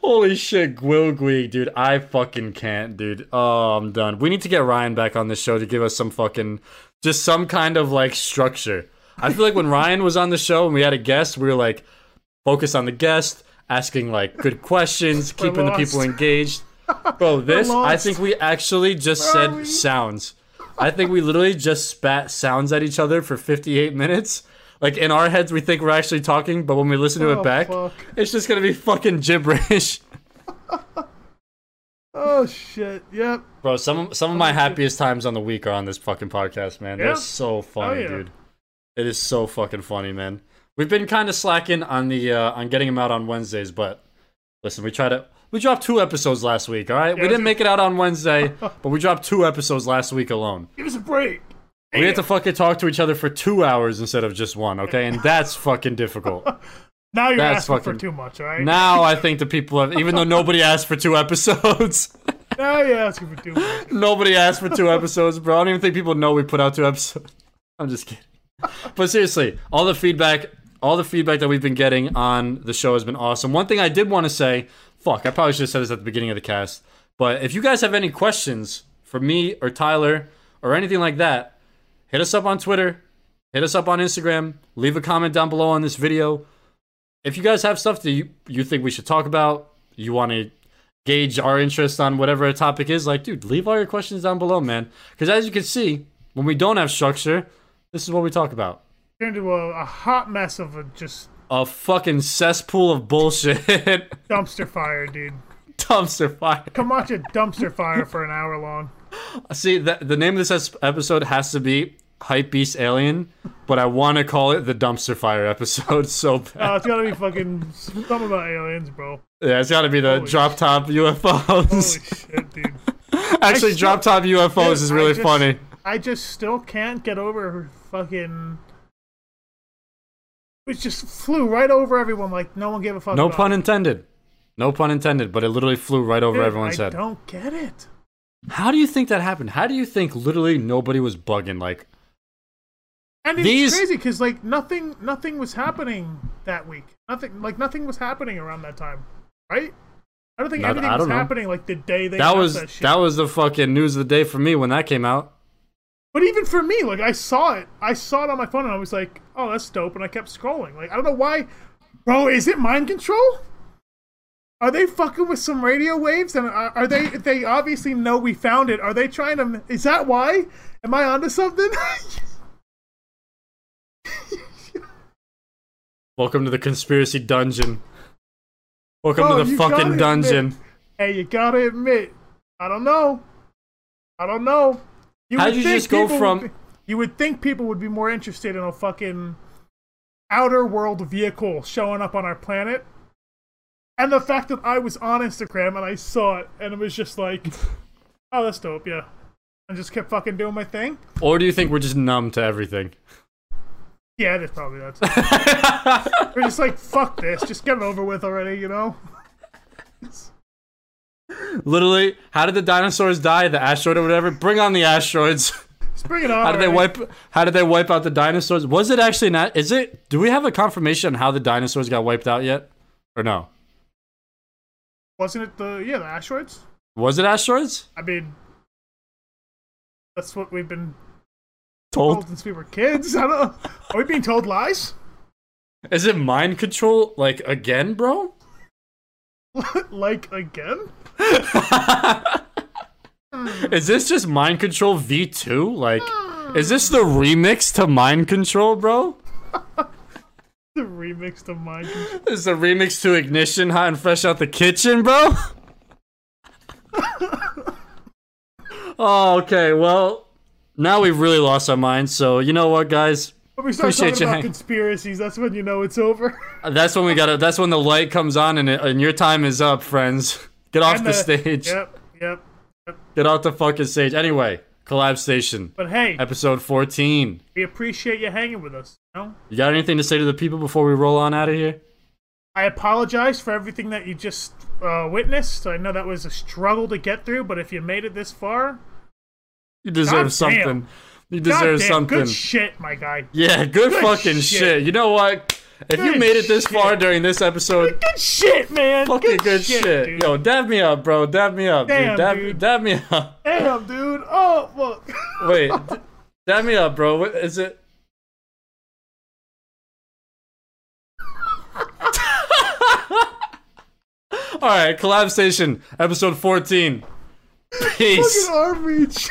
A: Holy shit, Gwilgwig, dude. I fucking can't, dude. Oh, I'm done. We need to get Ryan back on this show to give us some fucking just some kind of like structure. I feel like when Ryan was on the show and we had a guest, we were like focus on the guest, asking like good questions, keeping the people
B: lost.
A: engaged. Bro, this I
B: lost.
A: think we actually just
B: Where are
A: said
B: we?
A: sounds. I think we literally just spat sounds at each other for 58 minutes. Like in our heads, we think we're actually talking, but when we listen to
B: Oh,
A: it back,
B: fuck.
A: it's just gonna be fucking gibberish.
B: Oh shit. Yep.
A: (laughs) Bro, some some of my happiest times on the week are on this fucking podcast, man.
B: Yeah.
A: That's so funny,
B: yeah.
A: dude. It is so fucking funny, man. We've been kind of slacking on the uh, on getting them out on Wednesdays, but listen, we try to we dropped two episodes last week. All right, we
B: that's
A: didn't make it out on
B: (laughs)
A: Wednesday, but we dropped two episodes last week alone.
B: Give us a break.
A: We had to fucking talk to each other for two hours instead of just one, okay? And that's fucking difficult.
B: Now you're
A: That's
B: asking
A: fucking-
B: for too much, all right?
A: Now I think the people have, even though nobody asked for two episodes, (laughs)
B: Now you're asking for too much.
A: nobody asked for two episodes, bro. I don't even think people know we put out two episodes. (laughs) I'm just kidding. But seriously, all the feedback, all the feedback that we've been getting on the show has been awesome. One thing I did want to say, fuck, I probably should have said this at the beginning of the cast, but if you guys have any questions for me or Tyler or anything like that, hit us up on Twitter, hit us up on Instagram, leave a comment down below on this video. If you guys have stuff that you, you think we should talk about, you want to gauge our interest on whatever a topic is, like, dude, leave all your questions down below, man. Because as you can see, when we don't have structure, this is what we talk about
B: Turned into a, a hot mess of a just
A: a fucking cesspool of bullshit. (laughs)
B: dumpster fire, dude.
A: Dumpster fire.
B: Kamacha dumpster fire for an hour long.
A: See, the, the name of this episode has to be Hype Beast Alien, but I want to call it the Dumpster Fire episode (laughs) so bad.
B: Uh, it's gotta be fucking something about aliens, bro.
A: Yeah, it's got to be the
B: Holy
A: drop top UFOs. (laughs)
B: Holy shit, dude.
A: Actually,
B: still-
A: drop top UFOs is
B: Dude, I
A: really
B: just-
A: funny.
B: I just still can't get over fucking. It just flew right over everyone. Like no one gave a fuck.
A: No
B: about
A: pun
B: it.
A: intended. No pun intended, but it literally flew right over
B: Dude,
A: everyone's
B: I
A: head.
B: don't get it.
A: How do you think that happened? How do you think literally nobody was bugging? Like,
B: And it's
A: These-
B: crazy because like nothing, nothing was happening that week. Nothing, like nothing was happening around that time, right? I don't think
A: Not-
B: anything
A: I
B: was
A: don't know.
B: happening like the day they
A: that
B: announced
A: was
B: that shit.
A: that was the fucking news of the day for me when that came out.
B: But even for me, like I saw it, I saw it on my phone, and I was like, "Oh, that's dope," and I kept scrolling. Like I don't know why, bro. Is it mind control? Are they fucking with some radio waves? And are, are they? They obviously know we found it. Are they trying to? Is that why? Am I onto something? (laughs)
A: Welcome to the conspiracy dungeon. Welcome
B: Oh,
A: to the
B: you gotta
A: fucking
B: admit-
A: dungeon.
B: hey, you gotta admit, I don't know. I don't know. You
A: How
B: would
A: did you
B: think
A: just go
B: people would
A: from
B: be- You would think people would be more interested in a fucking outer world vehicle showing up on our planet. And the fact that I was on Instagram and I saw it and it was
A: (laughs)
B: just like, oh, that's dope, yeah. And just kept fucking doing my thing.
A: Or do you think we're just numb to everything?
B: Yeah, it is probably that's.
A: (laughs)
B: We're just like, fuck this, just get it over with already, you know?
A: Literally, how did the dinosaurs die? The asteroid or whatever? Bring on the asteroids. (laughs)
B: Just bring it on.
A: How did they
B: already.
A: wipe? How did they wipe out the dinosaurs? Was it actually not? Is it? Do we have a confirmation on how the dinosaurs got wiped out yet, or no?
B: Wasn't it the, yeah, the asteroids?
A: Was it asteroids?
B: I mean, that's what we've been told
A: Told?
B: since we were kids. I don't know. Are we being told lies? (laughs)
A: Is it mind control? Like again, bro?
B: like, again?
A: Is this just mind control V two? Like, is this the remix to mind control, bro?
B: The remix to Mind Control.
A: This is a remix to Ignition Hot and Fresh Out the Kitchen, bro? (laughs) oh, okay. Well, now we've really lost our minds. So, you know what, guys?
B: When we start
A: Appreciate
B: talking
A: you,
B: about
A: Hank.
B: conspiracies, that's when you know it's over. (laughs)
A: That's when we got to That's when the light comes on and, it, and your time is up, friends. (laughs) Get off
B: And
A: the
B: the-
A: stage.
B: yep, yep.
A: Get off the fucking stage. Anyway, Collab Station,
B: But hey,
A: episode 14.
B: we appreciate you hanging with us. You know?
A: You got anything to say to the people before we roll on out of here?
B: I apologize for everything that you just uh, witnessed. I know that was a struggle to get through, but if you made it this far,
A: You deserve
B: Goddamn.
A: something. You deserve
B: goddamn,
A: something.
B: good shit, my guy.
A: Yeah, good,
B: Good
A: fucking shit.
B: shit.
A: You know what? If you
B: Good
A: made it this far
B: shit.
A: during this episode,
B: Good shit, man.
A: fucking good, shit.
B: dude.
A: Yo, dab me up, bro. Dab me up,
B: Damn,
A: dude. Dab,
B: dude.
A: dab me (laughs) up.
B: Damn, dude. Oh, (laughs) look.
A: Wait, d- dab me up, bro. What is it? (laughs) All right, Collab Station, episode 14. Peace.
B: Look at our reach.